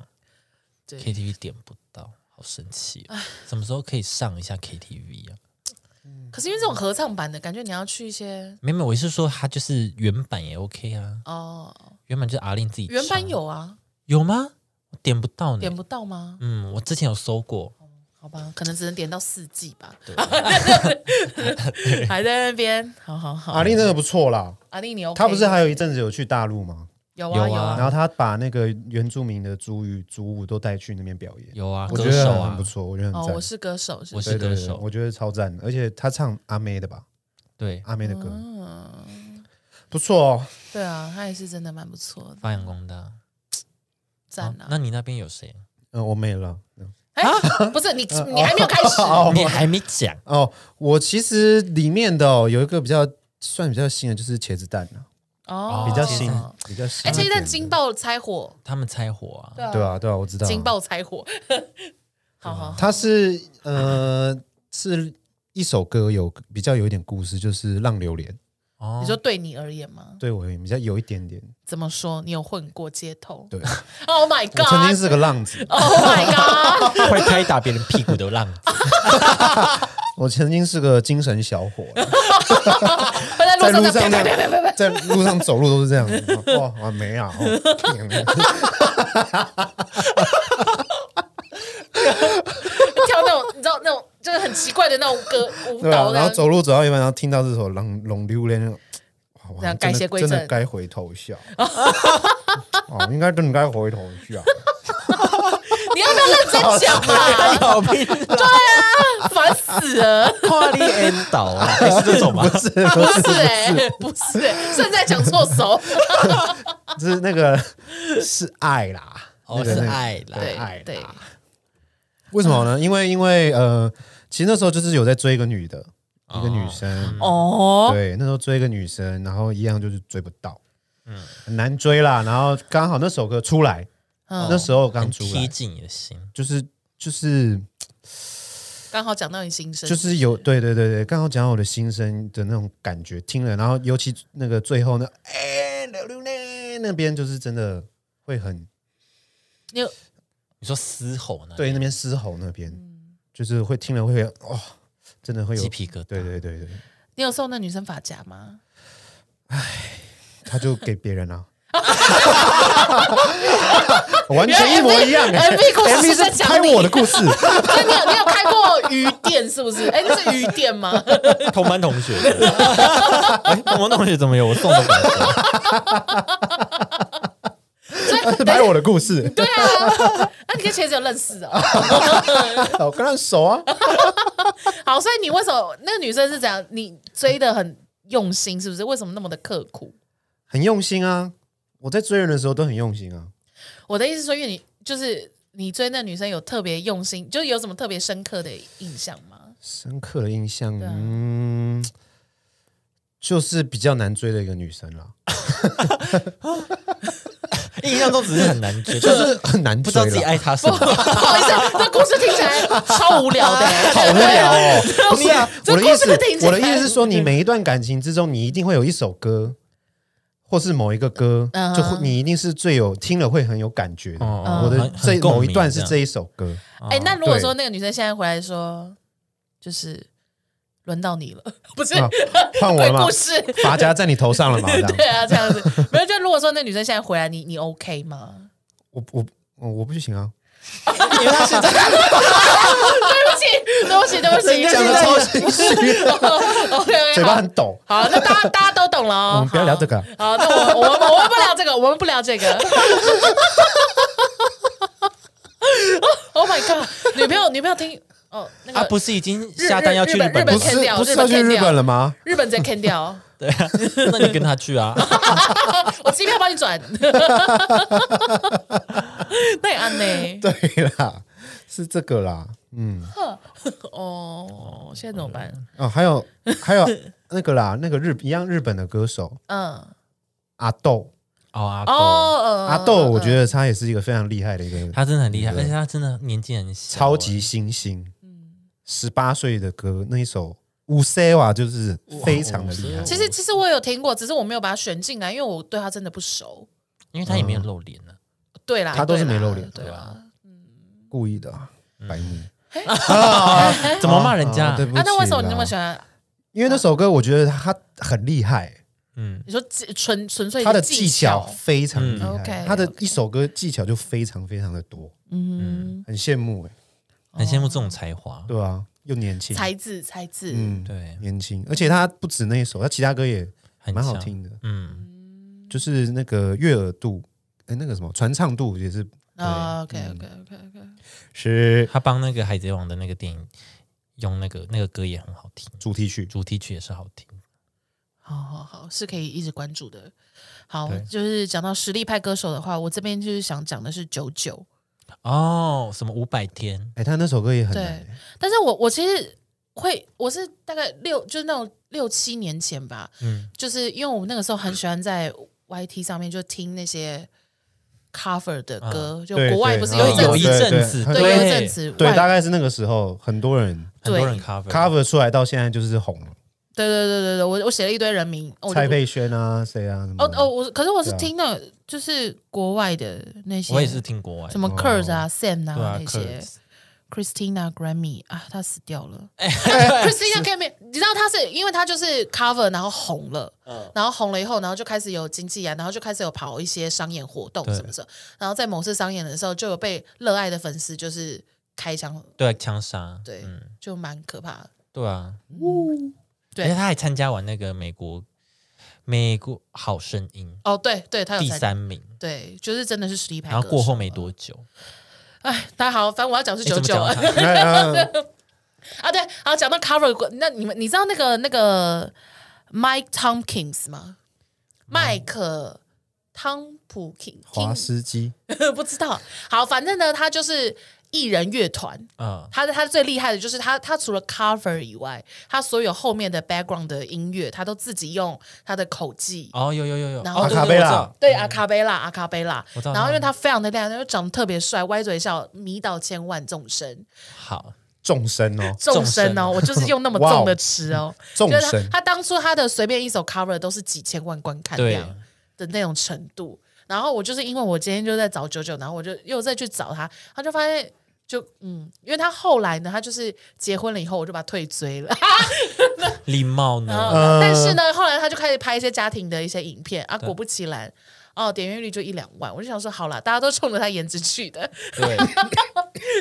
对
，KTV 点不到，好生气哦、什么时候可以上一下 KTV 啊？
可是因为这种合唱版的感觉，你要去一些
没有没有，我是说它就是原版也 OK 啊，
哦，
原版就是阿令自己唱。
原版有啊，
有吗？我点不到呢。
点不到吗？
嗯，我之前有搜过，
好吧，可能只能点到四季吧。 还在那边，好好好，
阿令真的不错啦，
阿丽你 OK？
他不是还有一阵子有去大陆吗？
有
有
啊
啊
有
然
啊，
后他把那个原住民的族语、族舞都带去那边表演，
有啊，
我
歌
觉得
手
很
啊
不，错，我觉得
哦
很，赞
我。是歌手是
我
不是
是
对
歌
对对，
手，
我觉得超赞的，而且他唱阿妹的吧，
对，
阿妹的歌
嗯，
不错哦。
对啊，他也是真的蛮不错的，
发扬光大。啊
赞啊
那。你那边有谁？
嗯，我没了。
哎，不是你，你还没有开始。
哦
你还没讲
哦，我其实里面的哦有一个比较算比较新的，就是茄子蛋啊，
哦，
比较
茄子
新
蛋，
比较新
哎，
一点的。
这一段惊爆拆火，
他们拆火啊？
对啊，对啊，我知道。
惊爆拆火，好好，
它是呃是一首歌有比较有一点故事，就是《浪流连》，
哦，
你说对你而言吗？
对我比较有一点点。
怎么说？你有混过街头
对，
？Oh my
我曾经
god！Oh
是个浪子，
my god！
会拍打别人屁股的 浪子，
我曾经是个精神小伙，
会在
在
路
路
上这
上
样啪啪啪
这
啪啪
样，在路上走路都是这样子。哇，啊没啊，哦天啊
跳那种，你知道那种就是很奇怪的那种歌舞
对啊，
蹈，
然后
这样
走路走到一半，然后听到这首《浪浪流连》，哇，我
这样改
真的
邪归
真的
正
该回头一 下。哦，应该真的该回头一下。
你要不要认真讲啊？
好屁，
烦死了！
跨立 N 岛啊，哎 是这种吗？
不是不
不
是，
是哎，不是哎，现在讲错手，
是那个是爱啦，
哦，
那
是
个那个
爱啦，
对
爱啦
对，
为什么
嗯
呢？因为因为呃，其实那时候就是有在追一个女的，
哦
一个女生，
哦，
对，那时候追一个女生，然后一样就是追不到，
嗯
很难追啦。然后刚好那首歌出来，
嗯
那时候刚
哦很
出
贴
来，
近你的心，
就是就是
刚好讲到你心声，
就是有对对对对，刚好讲到我的心声的那种感觉，听了，然后尤其那个最后呢，哎，流流泪那边就是真的会很
你有
你说嘶吼呢？
对那边嘶吼那边，
嗯
就是会听了会哦，真的会有
鸡皮疙瘩。
对对对对，
你有送那女生发夹吗？
他就给别 人啊。完全一模一样、欸、
MV 故事是在
是
讲
拍
你
我的故 事，
所以哎你有你有开过鱼店是不是？哎，那是鱼店吗？
同班同学， 哎，同班同学怎么有我送的感觉？
他是 拍我的故事，
对啊啊，那你跟茄子有认识哦？
我跟他熟啊。
好，所以你为什么那个女生是怎样？你追的很用心，是不是？为什么那么的刻苦？
很用心啊。我在追人的时候都很用心啊，
我的意思是说，因为你就是你追那女生有特别用心，就是有什么特别深刻的印象 吗？
深刻的印象，
对啊
嗯，就是比较难追的一个女生啦，
印象中只是很难追，
就是很难
不
追
知道自己
啦。
爱他什么。哦
不好意思，这故事听起来超无聊的、
好无聊哦！不是啊，
这
我的意思
故事听起，来
我的意思是说，你每一段感情之中，你一定会有一首歌，或是某一个歌，
嗯
就会你一定是最有听了会很有感觉的。
哦
我的
很
这
很共鸣
某一段是
这
这一首歌，
哎、那如果
哦对
说那个女生现在回来说，就是轮到你了， 不是、
啊换我
鬼
了 吗
故？事，
发夹在你头上了嘛？这样
对啊，这样子。没有，就如果说那女生现在回来，你你 OK 吗？
我我我我不行啊！
因为他是在
对不起，对不起，对不
人
起，
家现
得
在
超心虚，
OK OK，
嘴巴很抖。
好，那大家大家都懂了哦。
我们不要聊这个
好。好，那我我们我们不聊这个，我们不聊这个。oh my god！女朋友女朋友听哦，那个、
啊，不是已经下单要去
日
本
本
了
不
吗？
日
是
掉
不是
日本
要去
砍
日
掉
本了吗？
日本在 can 掉，
对啊，那你跟他去 啊。
我机票帮你转。那也安呢？
对啦，是这个啦。嗯，
哦，现在怎么办？
哦，还有还有那个啦，那个日一样日本的歌手
嗯，
阿豆，
哦阿
哦，
狗，
呃
阿豆，我觉得他也是一个非常厉害的一个
他真的很厉害，
对
而且他真的年纪很小，啊
超级新星。十八岁的歌那一首《五 C 哇》就是非常的厉害。
其实其实我有听过，只是我没有把它选进来，因为我对他真的不熟。
因为他也
嗯
没有露脸啊呢。
对啦，
他都是
对啦
没露脸
对吧？
故意的啊，白目。
怎么骂人
啊
家
对？不 起
啊
啦。，
那为什么你那么喜欢？
因为那首歌我觉得他很厉害，
嗯，
你说技纯纯粹
他的技
技
巧非常厉
嗯，OK，
害，他的一首歌技巧就非常非常的多，
嗯，
很羡慕哎，
很羡慕这种才华。
对啊，又年轻，
才智才智，
嗯，
对
年轻，而且他不止那一首，他其他歌也
很
蛮好
强
听的，
嗯，
就是那个悦耳度，哎，那个什么传唱度也是
啊，OK OK OK OK，
是
他帮那个《海贼王》的那个电影用那个那个歌也很好听，
主题曲。
主题曲也是好听。
好好好，是可以一直关注的。好
对，
就是讲到实力派歌手的话，我这边就是想讲的是九九，
哦，什么五百天？
哎，他那首歌也很难
对
欸，
但是我我其实会，我是大概六，就是那种六七年前吧，
嗯，
就是因为我们那个时候很喜欢在 YT 上面就听那些 cover 的歌，就
对
国外
对
不是
嗯
有一阵
有
子
一阵子，
对对很
对，有一阵子
对，
外
大概是那个时候，很多人
很多人
对
cover
cover 出来到现在就是红了，
对对对对对，我我写了一堆人名，哦我就
蔡佩轩啊，谁啊，什么
哦
的
哦，我可是我是
对啊
听到就是国外的那些，
我也是听国外
什么
哦
Kurt 啊、Sam
对啊
啊那些
Kurz
，Christina Grammy 啊，她死掉了。Christina
哎
Grammy，你知道她是因为她就是 cover，然后红了，然后红了以后，然后就开始有经纪啊人，然后就开始有跑一些商演活动
对
什么的，然后在某次商演的时候，就有被热爱的粉丝就是开枪，
对啊枪杀，
对，
嗯，
就蛮可怕的。
对啊，
对
而且他还参加完那个美国美国好声音
哦，对对，她有
第
参
三名，
对，就是真的是实力派。
然后过后没，多久，
哎，大家好，反正我要讲是
诶
九
怎么
九
讲到
啊，
他？
哎啊
啊对，好讲到 cover，那你们你知道那个那个 Mike Tompkins 吗？麦克汤普金
华斯基，
不知道。好，反正呢，他就是艺人乐团。
嗯，
他的他最厉害的就是他，他除了 cover 以外，他所有后面的 background 的音乐，他都自己用他的口技
哦，有有有有，
然
哦
后
对
阿卡
对
贝
对
拉
我知道
对，阿卡贝拉，阿卡贝拉
我知。道
然后因为他非常的亮，然后长得特别帅，歪嘴笑，迷倒千万众生，
好，
众生哦，
众生哦，我就是用那么重的词哦，
众
就是他
生，
他当初他的随便一首 cover 都是几千万观看
对
量的那种程度。然后我就是因为我今天就在找九九，然后我就又再去找他，他就发现。就嗯，因为他后来呢，他就是结婚了以后，我就把他退追了。
礼貌
然后
呢？
呃
但是呢，后来他就开始拍一些家庭的一些影片啊，果不其然，哦，点阅率就一两万。我就想说，好啦，大家都冲着他颜值去的，
对，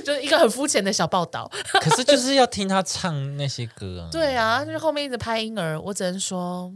就是一个很肤浅的小报道。
可是就是要听他唱那些歌啊，
对啊，就是后面一直拍婴儿，我只能说，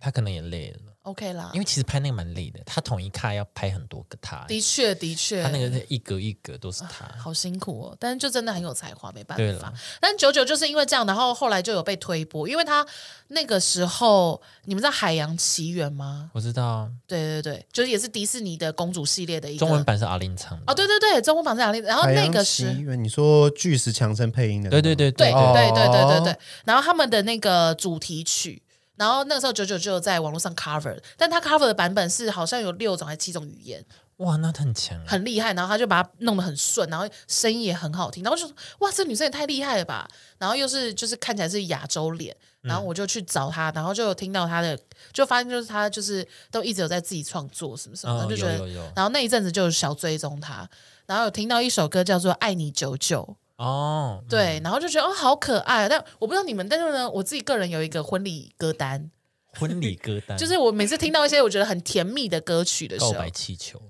他可能也累了，
OK 啦
因。为其实拍那个蛮累的，他统一卡要拍很多个他，
的确，的确，
他那个是一格一格都是他，
好辛苦哦，但是就真的很有才华，没办
对
法
了。
但九九就是因为这样，然后后来就有被推播，因为他那个时候，你们知道《海洋奇缘》吗？
我知道啊，
对对对，就是也是迪士尼的公主系列的一个
中文版是阿林唱的，
哦，对对对，中文版是两例。然后
海
哦那
洋
个
奇
是
缘你说巨石强森配音的那
对
个吗，
对对对
对对对对对对
哦
然后他们的那个主题曲，然后那个时候九九就有在网络上 cover，但他 cover 的版本是好像有六种还是七种语言，
哇，那他很强啊，
很厉害。然后他就把它弄得很顺，然后声音也很好听。然后我就说哇，这女生也太厉害了吧！然后又是就是看起来是亚洲脸，然后我就去找她，然后就有听到她的，就发现就是她就是都一直有在自己创作什么什么，然
哦
后就觉
有
得，
有有
然后那一阵子就有小追踪她，然后有听到一首歌叫做《爱你久久》。
哦，嗯，
对，然后就觉得哦，好可爱啊。但我不知道你们，但是呢，我自己个人有一个婚礼歌单，
婚礼歌单
就是我每次听到一些我觉得很甜蜜的歌曲的时
告
候，
白气球，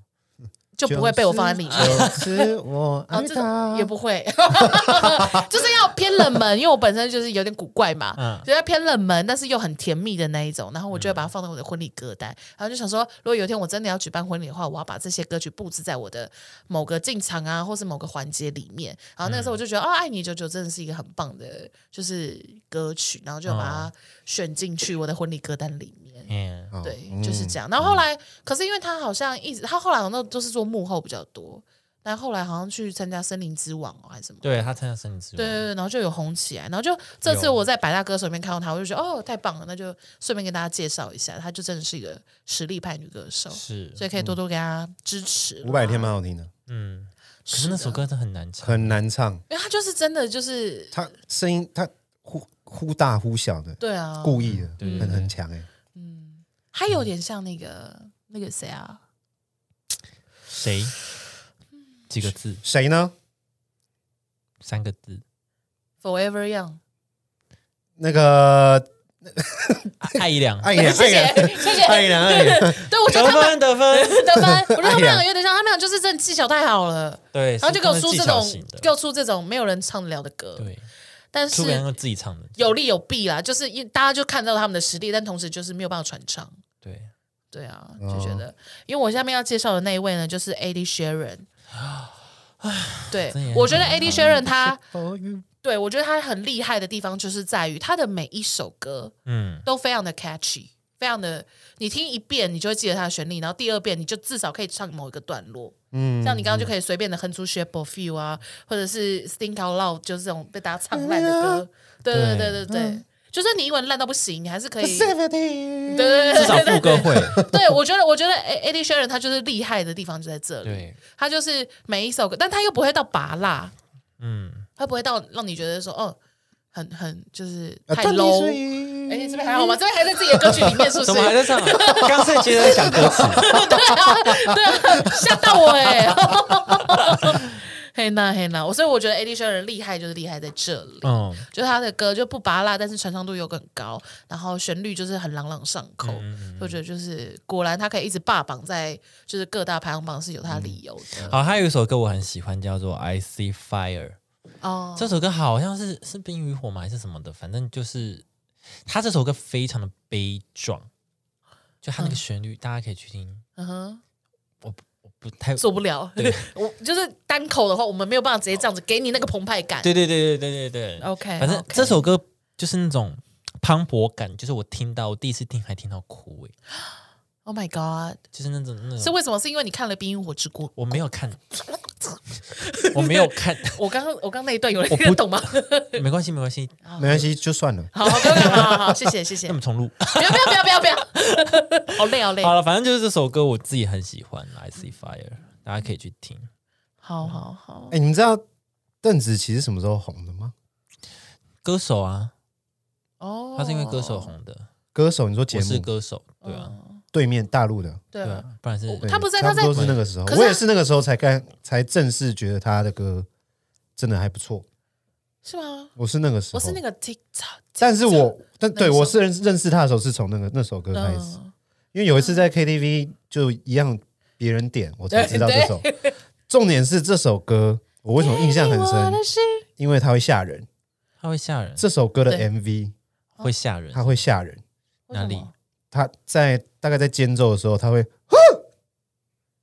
就不会被我放在里面。
九次我
然
爱
后这
他
种也，不会， 就是要偏冷门，因为我本身就是有点古怪嘛，
嗯
所以要偏冷门，但是又很甜蜜的那一种。然后我就会把它放在我的婚礼歌单，然后就想说，如果有一天我真的要举办婚礼的话，我要把这些歌曲布置在我的某个进场啊，或是某个环节里面。然后那个时候我就觉得，哦，爱你久久真的是一个很棒的，就是歌曲，然后就把它选进去我的婚礼歌单里面。
嗯，
哦
对，
嗯
就是这样。然后后来，可是因为他好像一直，他后来好像都是做幕后比较多，但后来好像去参加森林之王哦，还是什么。
对他参加森林之
对
王，
对对，然后就有红起来，然后就这次
有
我在百大歌手里面看到他，我就觉得哦太棒了，那就顺便跟大家介绍一下，她就真的是一个实力派女歌手，
是，
所以可以多多给她支持。
嗯五百天？蛮好听的，
嗯，可
是
是
的
那首歌真的很难 唱，
很难唱，
因为她就是真的就是
他声音他忽忽大忽小的，
对啊，
故意的，
对对
很
对
很强哎。
她有点像那个那个谁啊，
谁？几个字？
谁呢？
三个 字。
Forever Young，
那个
爱一良，
爱
谢
人，
谢
爱人，
谢谢，
爱人，爱啊人，
对，我觉得
得
他们
分得分。
得分，我觉得他们
哎哎呀
两个有点像，他们俩就是真的技巧太好了，
对，
然后就给我
是
出
技
这
巧
种
型的，
给我出这种没有人唱得了的歌，
对，
但
出给那
是
个自己唱的，
有利有弊啦，就是因大家就看到他们的实力，但同时就是没有办法传唱。
对，
对啊，就觉得，因为我下面要介绍的那一位呢，就是 a d i Sharon。对
这也，
我觉得 a d i Sharon 他，
哦嗯
对我觉得他很厉害的地方，就是在于他的每一首歌
嗯，
都非常的 catchy，非常的，你听一遍你就会记得他的旋律，然后第二遍你就至少可以唱某一个段落。
嗯，
像你刚刚就可以随便的哼出 Shape of You 啊，或者是 Think Out Loud，就是这种被大家唱烂的歌。对对对对对，就算你英文烂到不行，你还是可以。对
至
对
Seventeen
对
少
对
副
对
歌会，
对，我觉得我觉得 A D Sharon 他就是厉害的地方就在这里，
对，
他就是每一首歌，但他又不会到拔辣，
嗯，
他不会到让你觉得说哦，很很就是
啊
太
断离
low。
水
哎，这边还好吗？这边还在自己的歌曲里面，是不是？
怎么还在唱啊？刚才其实在想歌词，
啊吓到我哎、 嘿呐嘿呐，我所以我觉得 AD 轩人厉害就是厉害在这里，
嗯
就是他的歌就不拔辣，但是传唱度又更高，然后旋律就是很朗朗上口，
嗯嗯
我觉得就是果然他可以一直霸榜在就是各大排行榜是有他的理由的、
嗯，好，还有一首歌我很喜欢，叫做《I See Fire》。
哦。
这首歌好像是是冰与火吗还是什么的，反正就是他这首歌非常的悲壮，就他那个旋律，大家可以去听。
嗯哼，
我不我不太
做不了
对，
我就是单口的话，我们没有办法直接这样子给你那个澎湃感。
对对对对对对对，
，OK，
反正
OK
这首歌就是那种磅礴感，就是我听到我第一次听还听到哭诶，
，Oh my God，
就是那种那
是
种
为什么？是因为你看了《冰与火之国》？
我没有看， 我没有看，
我刚刚我刚那一段有人
我
听得
不
懂 吗？
没关系没关系，
没关系，就算了。
好，好，不用不用好好好，谢谢谢 谢
那。么重录。
不要不要不要不要不要， 好累好累。
好了，反正就是这首歌我自己很喜欢，《I See Fire》，大家可以去听。
好好好，
哎，你们知道邓紫棋是什么时候红的吗？
歌手啊，
哦，
他是因为歌手红的，
歌手，你说节
我是
目
歌手，对啊。
嗯，
对面大陆的，
对
对
啊，
啊，不然是
哦对
他不是
差
他在
不多是那个时候
可是，他
我也是那个时候才刚才正式觉得他的歌真的还不错。
是吗？
我是那个时候，
我是那个 TikTok，
但是我
那
但
个
对
时候
我是认认识他的时候是从那个那首歌开始，
嗯，
因为有一次在 KTV 就一样别人点，我才知道这首。重点是这首歌我为什么印象很
我
深？
的心
因为它会吓人。
他会吓人，
这首歌的
对
MV
会吓人
它。会吓人，
哪里
为什么
它在大概在间奏的时候，他会，哼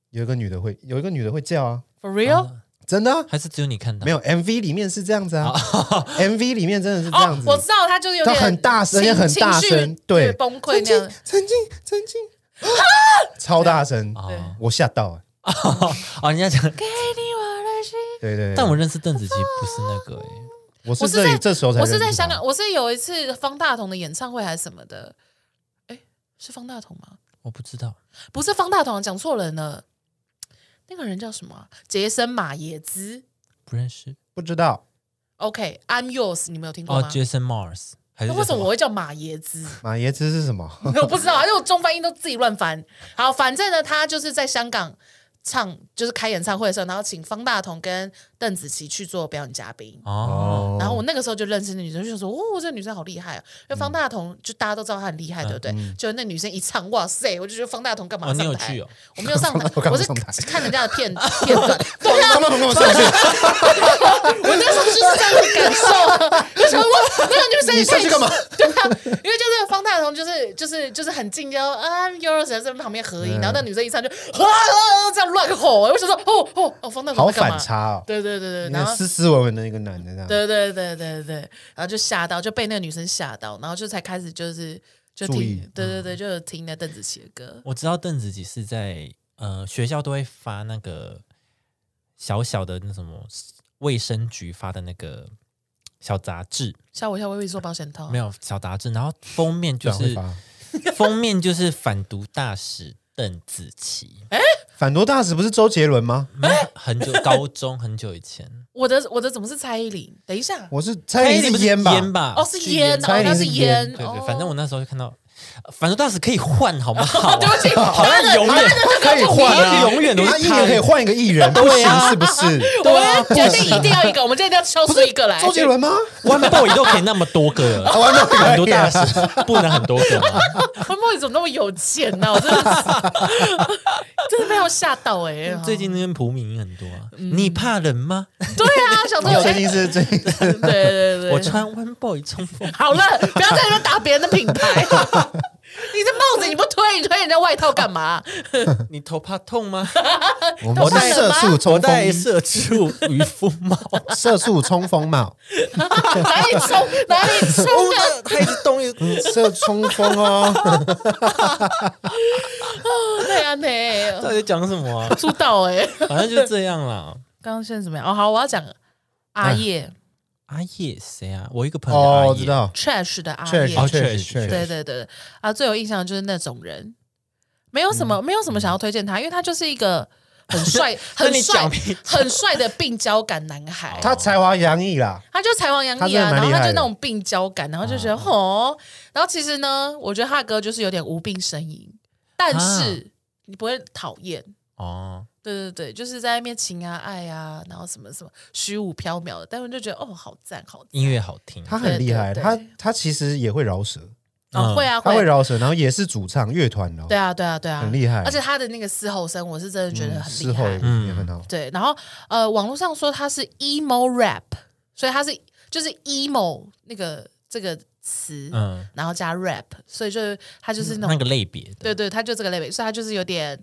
有一个女的会，有一个女的会叫啊，
For real？
真的啊、
还是只有你看到？
没有 MV 里面是这样子啊 ，MV 里面真的是这
啊
样
哦，
子，
我知道他就是有点
他很大声也很大声
情绪
对
崩溃那
曾经
样。
曾经曾经，超大声，
哦
对
我吓到、欸，
哦，人家讲，
给你我的心。
对对对
但我认识邓紫棋不是那个哎，
我
我
是
是
这里
在
这时候才
我是
认
在
识
香
他
港，我是有一次方大同的演唱会还是什么的，哎，是方大同吗？
我不知道。
不是方大同，讲错人了。那个人叫什么啊、杰森马耶兹。
不认识
不知道
OK，I'm、yours，你们有听过
哦
吗？
，Jason Mars 还是
那为什么我
我
会叫马耶兹？
马爷兹是什么，
我不知道，因为我中翻英都自己乱翻。好，反正呢，他就是在香港唱，就是开演唱会的时候，然后请方大同跟邓紫棋去做表演嘉宾。
哦，
然 后我那个时候就认识那女生，就想说，哦，这女生好厉害啊！
嗯
因为方大同就大家都知道她很厉害，对不对？就那女生一唱，哇塞，我就觉得方大同干嘛
哦，你有
上台？
去哦？
我没 有上
我
台，
干
我
嘛
是
上台
看人家的片片段。对啊，
他们跟我上去，
我那时候就是这样的感受啊，就想我那个女生
你上去干嘛？
对啊，因为就是方大同，就是就是就是很近，然后啊 y o u r o 在这边旁边合影，然后那女生一唱就啊这样乱吼，我就想说哦哦哦，方大同
好
在干嘛
反？差哦，
对对对对，
那
然
个
后。
斯斯文文的一个男的这样，
对对对对对，然后就吓到，就被那个女生吓到，然后就才开始就是就
注意
听，对对对，就有听那邓紫棋的歌。
我知道邓紫棋是在呃学校都会发那个小小的那什么卫生局发的那个小杂志，
吓我一跳，我以为做保险套。
没
有，
有小杂志，然后封面就
转会
是
发
封面就是反毒大使邓紫 棋，
反多大使不是周杰伦吗？
没有很久高中很久以 前，哎
我的我的怎么是蔡依林？等一下，
我是蔡依林
不
是
是
烟吧？
烟吧？
哦是烟，
蔡
哦
依
那
林
是
是
烟
烟，
对对，
哦
反正我那时候就看到，呃反正当时可以换，好不好啊？
对不起，
好像永远
他可以换啊，
他永远都是
他一年可以换一个艺人，不
对
行
啊
是不是？
啊我们
啊
决定一定要一个，我们今天一定要挑出一个来。
周杰伦吗？
One Boy 都可以那么多个
啊
了，
玩到
很多大使不能很多个吗？
潘莫你怎么那么有钱呢、我真的是， 真的被我吓到哎、
最近那边蒲明很多啊，你怕冷吗？
对啊，想说有
最
些
近是最近是
对对对，
我穿 One Boy 冲 锋，
好了，不要在那边打别人的品牌。你这帽子你不推，你推人家外套干嘛？
你头怕痛 吗？
我们
戴
是
了
社
吗
畜
我
冲
戴
锋，
社畜渔夫帽，
社畜冲锋帽，
哪里冲哪里冲啊？
他一直动， 一直
嗯社冲锋哦，
对啊，那
到底讲什么啊？
出道哎、
反正就这样啦。
刚刚现在怎么样？哦，好，我要讲阿叶、
阿叶谁啊？我一个朋友
哦，
阿
我
叶
知，道，
Trash 的阿
确
叶
实
哦，
确
确
实
实
确
对
实，
对对啊，最有印象的就是那种人，没有什
嗯
么、没有什么想要推荐他，因为他就是一个 很帅、
那
很
你
帅
讲屁、
很帅的病娇感男孩。
他才华洋溢啦，
他就才王洋
他
溢
真的
啊，然
蛮
后
厉
他
害
就
的啊
那种病娇感，然后就觉得吼、然后其实呢，我觉得他的歌就是有点无病呻吟，但
啊
是你不会讨厌。
哦，
对对对，就是在那边情啊爱啊，然后什么什么虚无缥缈的，但我就觉得哦，好赞好
嗯
赞。
音乐好听，
他很厉害，
对对
他
对
他其实也会饶舌，
哦，
嗯
会啊
他会
会，
饶舌，然后也是主唱乐团哦
对，啊对啊对啊，
很厉害
而且他的那个嘶吼声，我是真的觉得
嗯
很
事
厉
后
害。
也很好，
对，然后呃，网络上说它是 emo rap，所以它是就是 emo 那个这个词，
嗯，
然后加 rap，所以就是它就是那种、
那个类别的，
对对，它就这个类别，所以它就是有点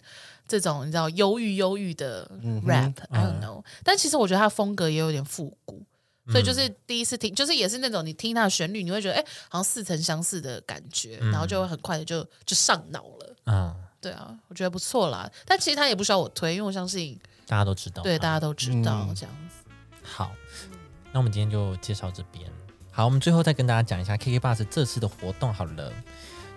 这种你知道忧郁忧郁的 rap，I、don't know，、但其实我觉得它的风格也有点复古。所以就是第一次听，就是也是那种你听它的旋律，你会觉得哎、好像似曾相识的感觉，然后就会很快的就就上脑了。
嗯，
对啊，我觉得不错啦。但其实它也不需要我推，因为我相信
大家都知道，
对，大家都知道、
嗯
这样子。
好，那我们今天就介绍这边。好，我们最后再跟大家讲一下 KK Bus 这次的活动好了。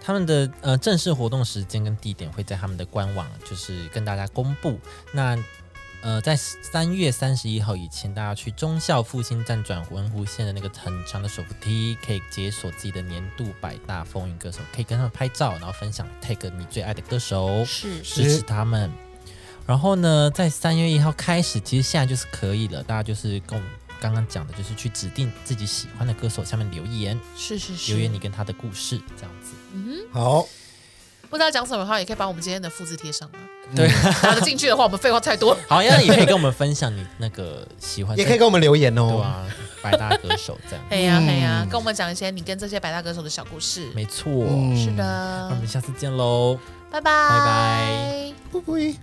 他们的呃正式活动时间跟地点会在他们的官网，就是跟大家公布。那呃，在三月三十一号以前，大家去忠孝复兴站转文湖线的那个很长的手扶梯，可以解锁自己的年度百大风云歌手，可以跟他们拍照，然后分享 tag 你最爱的歌手。
是
支持他们。然后呢，在三月一号开始，其实现在就是可以了，大家就是跟我们刚刚讲的，就是去指定自己喜欢的歌手下面留言，
是是是，
留言你跟他的故事这样子。
好，
不知道讲什么的话，也可以把我们今天的复制贴上啊。
对，
打得进去的话，我们废话太 多了。
好，那也可以跟我们分享你那个喜欢，
也可以跟我们留言
对
哦，
啊，百大歌手这样。
哎嘿呀嘿呀，跟我们讲一些你跟这些百大歌手的小故事。
没错，
嗯
是
那
的
我，们下次见喽，
拜拜
拜
不不一。